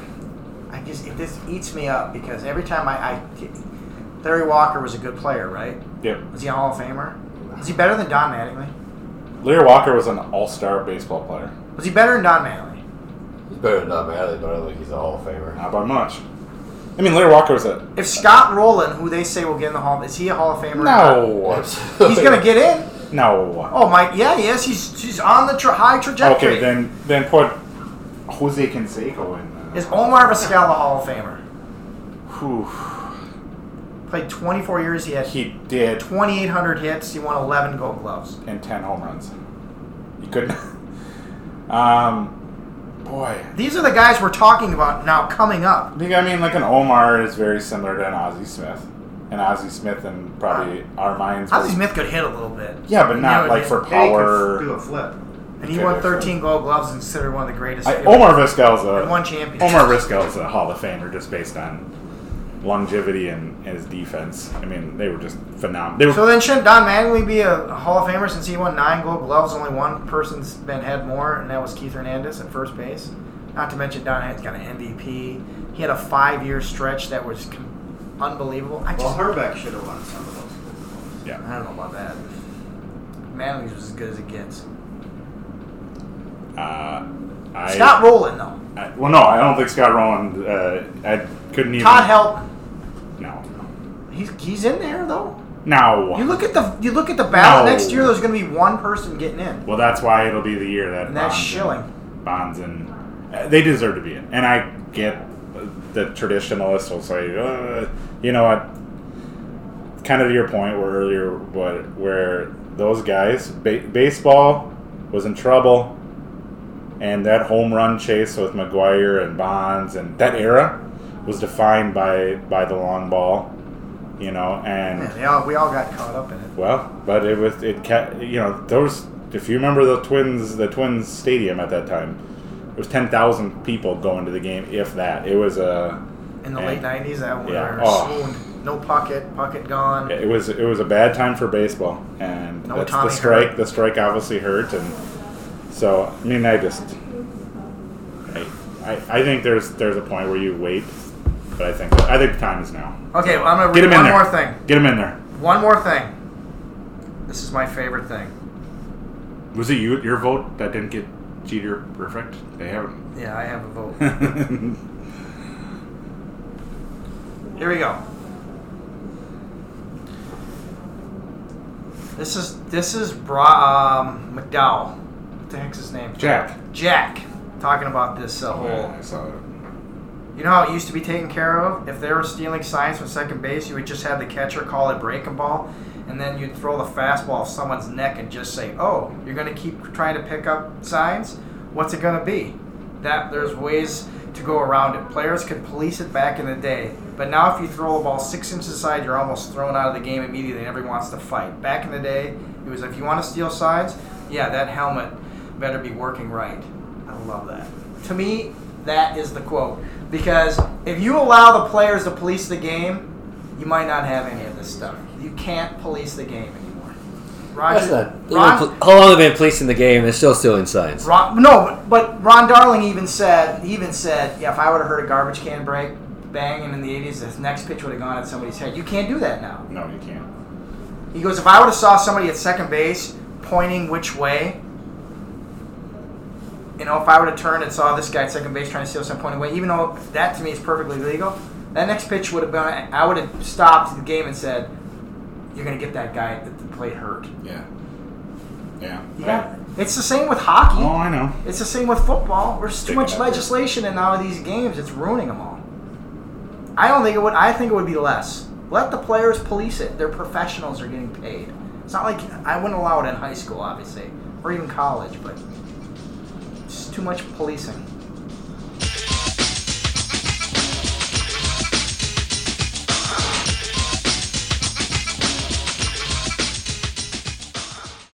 [SPEAKER 1] I just it, this eats me up because every time I, I, Larry Walker was a good player, right?
[SPEAKER 2] Yep.
[SPEAKER 1] Was he a Hall of Famer? Was he better than Don Mattingly?
[SPEAKER 2] Lear Walker was an all-star baseball player.
[SPEAKER 1] Was he better than Don Mattingly?
[SPEAKER 5] He's better than Don Bradley, but I don't think he's a Hall of Famer.
[SPEAKER 2] Not by much. I mean, Lear Walker was a
[SPEAKER 1] If Scott Rowland, who they say will get in the Hall, is he a Hall of Famer? or not?
[SPEAKER 2] no,
[SPEAKER 1] He's gonna get in.
[SPEAKER 2] no.
[SPEAKER 1] Oh my, yeah, yes, he's he's on the tra- high trajectory.
[SPEAKER 2] Okay, then then put Jose Canseco in.
[SPEAKER 1] Is
[SPEAKER 2] there.
[SPEAKER 1] Omar Vizquel a Hall of Famer?
[SPEAKER 2] Whew.
[SPEAKER 1] Played 24 years. He had
[SPEAKER 2] He did
[SPEAKER 1] 2,800 hits. He won 11 Gold Gloves.
[SPEAKER 2] and ten home runs. You couldn't. Um, boy.
[SPEAKER 1] These are the guys we're talking about now coming up.
[SPEAKER 2] I think I mean like an Omar is very similar to an Ozzie Smith, and Ozzie Smith and probably our minds. were-
[SPEAKER 1] Ozzie Smith could hit a little bit,
[SPEAKER 2] Yeah, but not
[SPEAKER 1] Yeah,
[SPEAKER 2] like for
[SPEAKER 1] they
[SPEAKER 4] Hey, you could
[SPEAKER 2] power.
[SPEAKER 4] do a flip.
[SPEAKER 1] and he
[SPEAKER 2] Okay,
[SPEAKER 1] won
[SPEAKER 2] that's fine.
[SPEAKER 1] 13 Gold Gloves and considered one of the greatest.
[SPEAKER 2] I,
[SPEAKER 1] fielders.
[SPEAKER 2] Omar Vizquel's a
[SPEAKER 1] And one championship.
[SPEAKER 2] Omar Vizquel's a Hall of Famer just based on longevity and, and his defense. I mean, they were just phenomenal. They were,
[SPEAKER 1] So then, shouldn't Don Mattingly be a Hall of Famer since he won nine Gold Gloves? Only one person's been had more, and that was Keith Hernandez at first base. Not to mention Don has got an MVP. He had a five-year stretch that was com- unbelievable. I just,
[SPEAKER 4] Well, Herbeck should have won some of those.
[SPEAKER 2] yeah.
[SPEAKER 1] I don't know about that. Manley's was as good as it gets.
[SPEAKER 2] Uh, I,
[SPEAKER 1] Scott Rowland, though.
[SPEAKER 2] I- well, no, I don't think Scott Rowland. Uh, I couldn't even.
[SPEAKER 1] Todd Helton.
[SPEAKER 2] No.
[SPEAKER 1] He's, he's in there though.
[SPEAKER 2] No.
[SPEAKER 1] You look at the you look at the ballot
[SPEAKER 2] No.
[SPEAKER 1] next year. There's going to be one person getting in,
[SPEAKER 2] well, that's why it'll be the year that
[SPEAKER 1] and that's
[SPEAKER 2] Bonds
[SPEAKER 1] Schilling.
[SPEAKER 2] and Bonds and uh, they deserve to be in, and I get the traditionalists will say, uh, you know what? Kind of to your point where earlier, what where those guys, ba- baseball was in trouble, and that home run chase with McGuire and Bonds and that era was defined by by the long ball, you know, and
[SPEAKER 1] Yeah, they all, we all got caught up in it.
[SPEAKER 2] well, but it was it kept you know those if you remember the twins the twins stadium at that time, it was ten thousand people going to the game if that. It was a
[SPEAKER 1] In the
[SPEAKER 2] Yeah.
[SPEAKER 1] late 90s, that one
[SPEAKER 2] Yeah.
[SPEAKER 1] yeah.
[SPEAKER 2] Oh.
[SPEAKER 1] swooned. No pocket, pocket gone.
[SPEAKER 2] it was it was a bad time for baseball and
[SPEAKER 1] No
[SPEAKER 2] that's the
[SPEAKER 1] Tommy
[SPEAKER 2] strike
[SPEAKER 1] Hurt.
[SPEAKER 2] the strike obviously hurt and so I mean I just I, I I think there's there's a point where you wait, but I think I think the time is now.
[SPEAKER 1] Okay, well, I'm gonna
[SPEAKER 2] Get
[SPEAKER 1] read
[SPEAKER 2] him in
[SPEAKER 1] one
[SPEAKER 2] there.
[SPEAKER 1] more thing.
[SPEAKER 2] Get him in there.
[SPEAKER 1] One more thing. This is my favorite thing.
[SPEAKER 2] Was it you your vote that didn't get Jeter perfect? They haven't.
[SPEAKER 1] Yeah, I have a vote.
[SPEAKER 2] yeah,
[SPEAKER 1] Here we go. This is this is Bra um, McDowell. What the heck's his name?
[SPEAKER 2] Jack.
[SPEAKER 1] Jack. Talking about this uh, whole.
[SPEAKER 2] I saw it.
[SPEAKER 1] You know how it used to be taken care of? If they were stealing signs from second base, you would just have the catcher call a breaking ball, and then you'd throw the fastball off someone's neck and just say, "Oh, you're going to keep trying to pick up signs? What's it going to be?" That there's ways to go around it. Players could police it back in the day, but now if you throw the ball six inches aside, you're almost thrown out of the game immediately, and everyone wants to fight. Back in the day, it was if you want to steal signs, yeah, that helmet better be working right. I love that. To me, that is the quote. Because if you allow the players to police the game, you might not have any of this stuff. You can't police the game anymore. Roger,
[SPEAKER 3] That's not. they've
[SPEAKER 1] Ron,
[SPEAKER 3] been pl- how long have they been policing the game? They're still stealing signs.
[SPEAKER 1] Ron, no, but, but Ron Darling even said, he even said, yeah, if I would have heard a garbage can break banging in the 80s, the next pitch would have gone at somebody's head. You can't do that now.
[SPEAKER 2] No, you can't.
[SPEAKER 1] He goes, if I would have saw somebody at second base pointing which way, you know, if I would have turned and saw this guy at second base trying to steal some pointing away, even though that to me is perfectly legal, that next pitch would have been, I would have stopped the game and said, you're going to get that guy that the plate hurt.
[SPEAKER 2] Yeah. Yeah.
[SPEAKER 1] Yeah. It's the same with hockey.
[SPEAKER 2] Oh, I know.
[SPEAKER 1] It's the same with football. There's too
[SPEAKER 2] Picking
[SPEAKER 1] much
[SPEAKER 2] up.
[SPEAKER 1] legislation in all of these games. It's ruining them all. I don't think it would. I think it would be less. Let the players police it. They're professionals. They're getting paid. It's not like I wouldn't allow it in high school, obviously, or even college. But it's too much policing.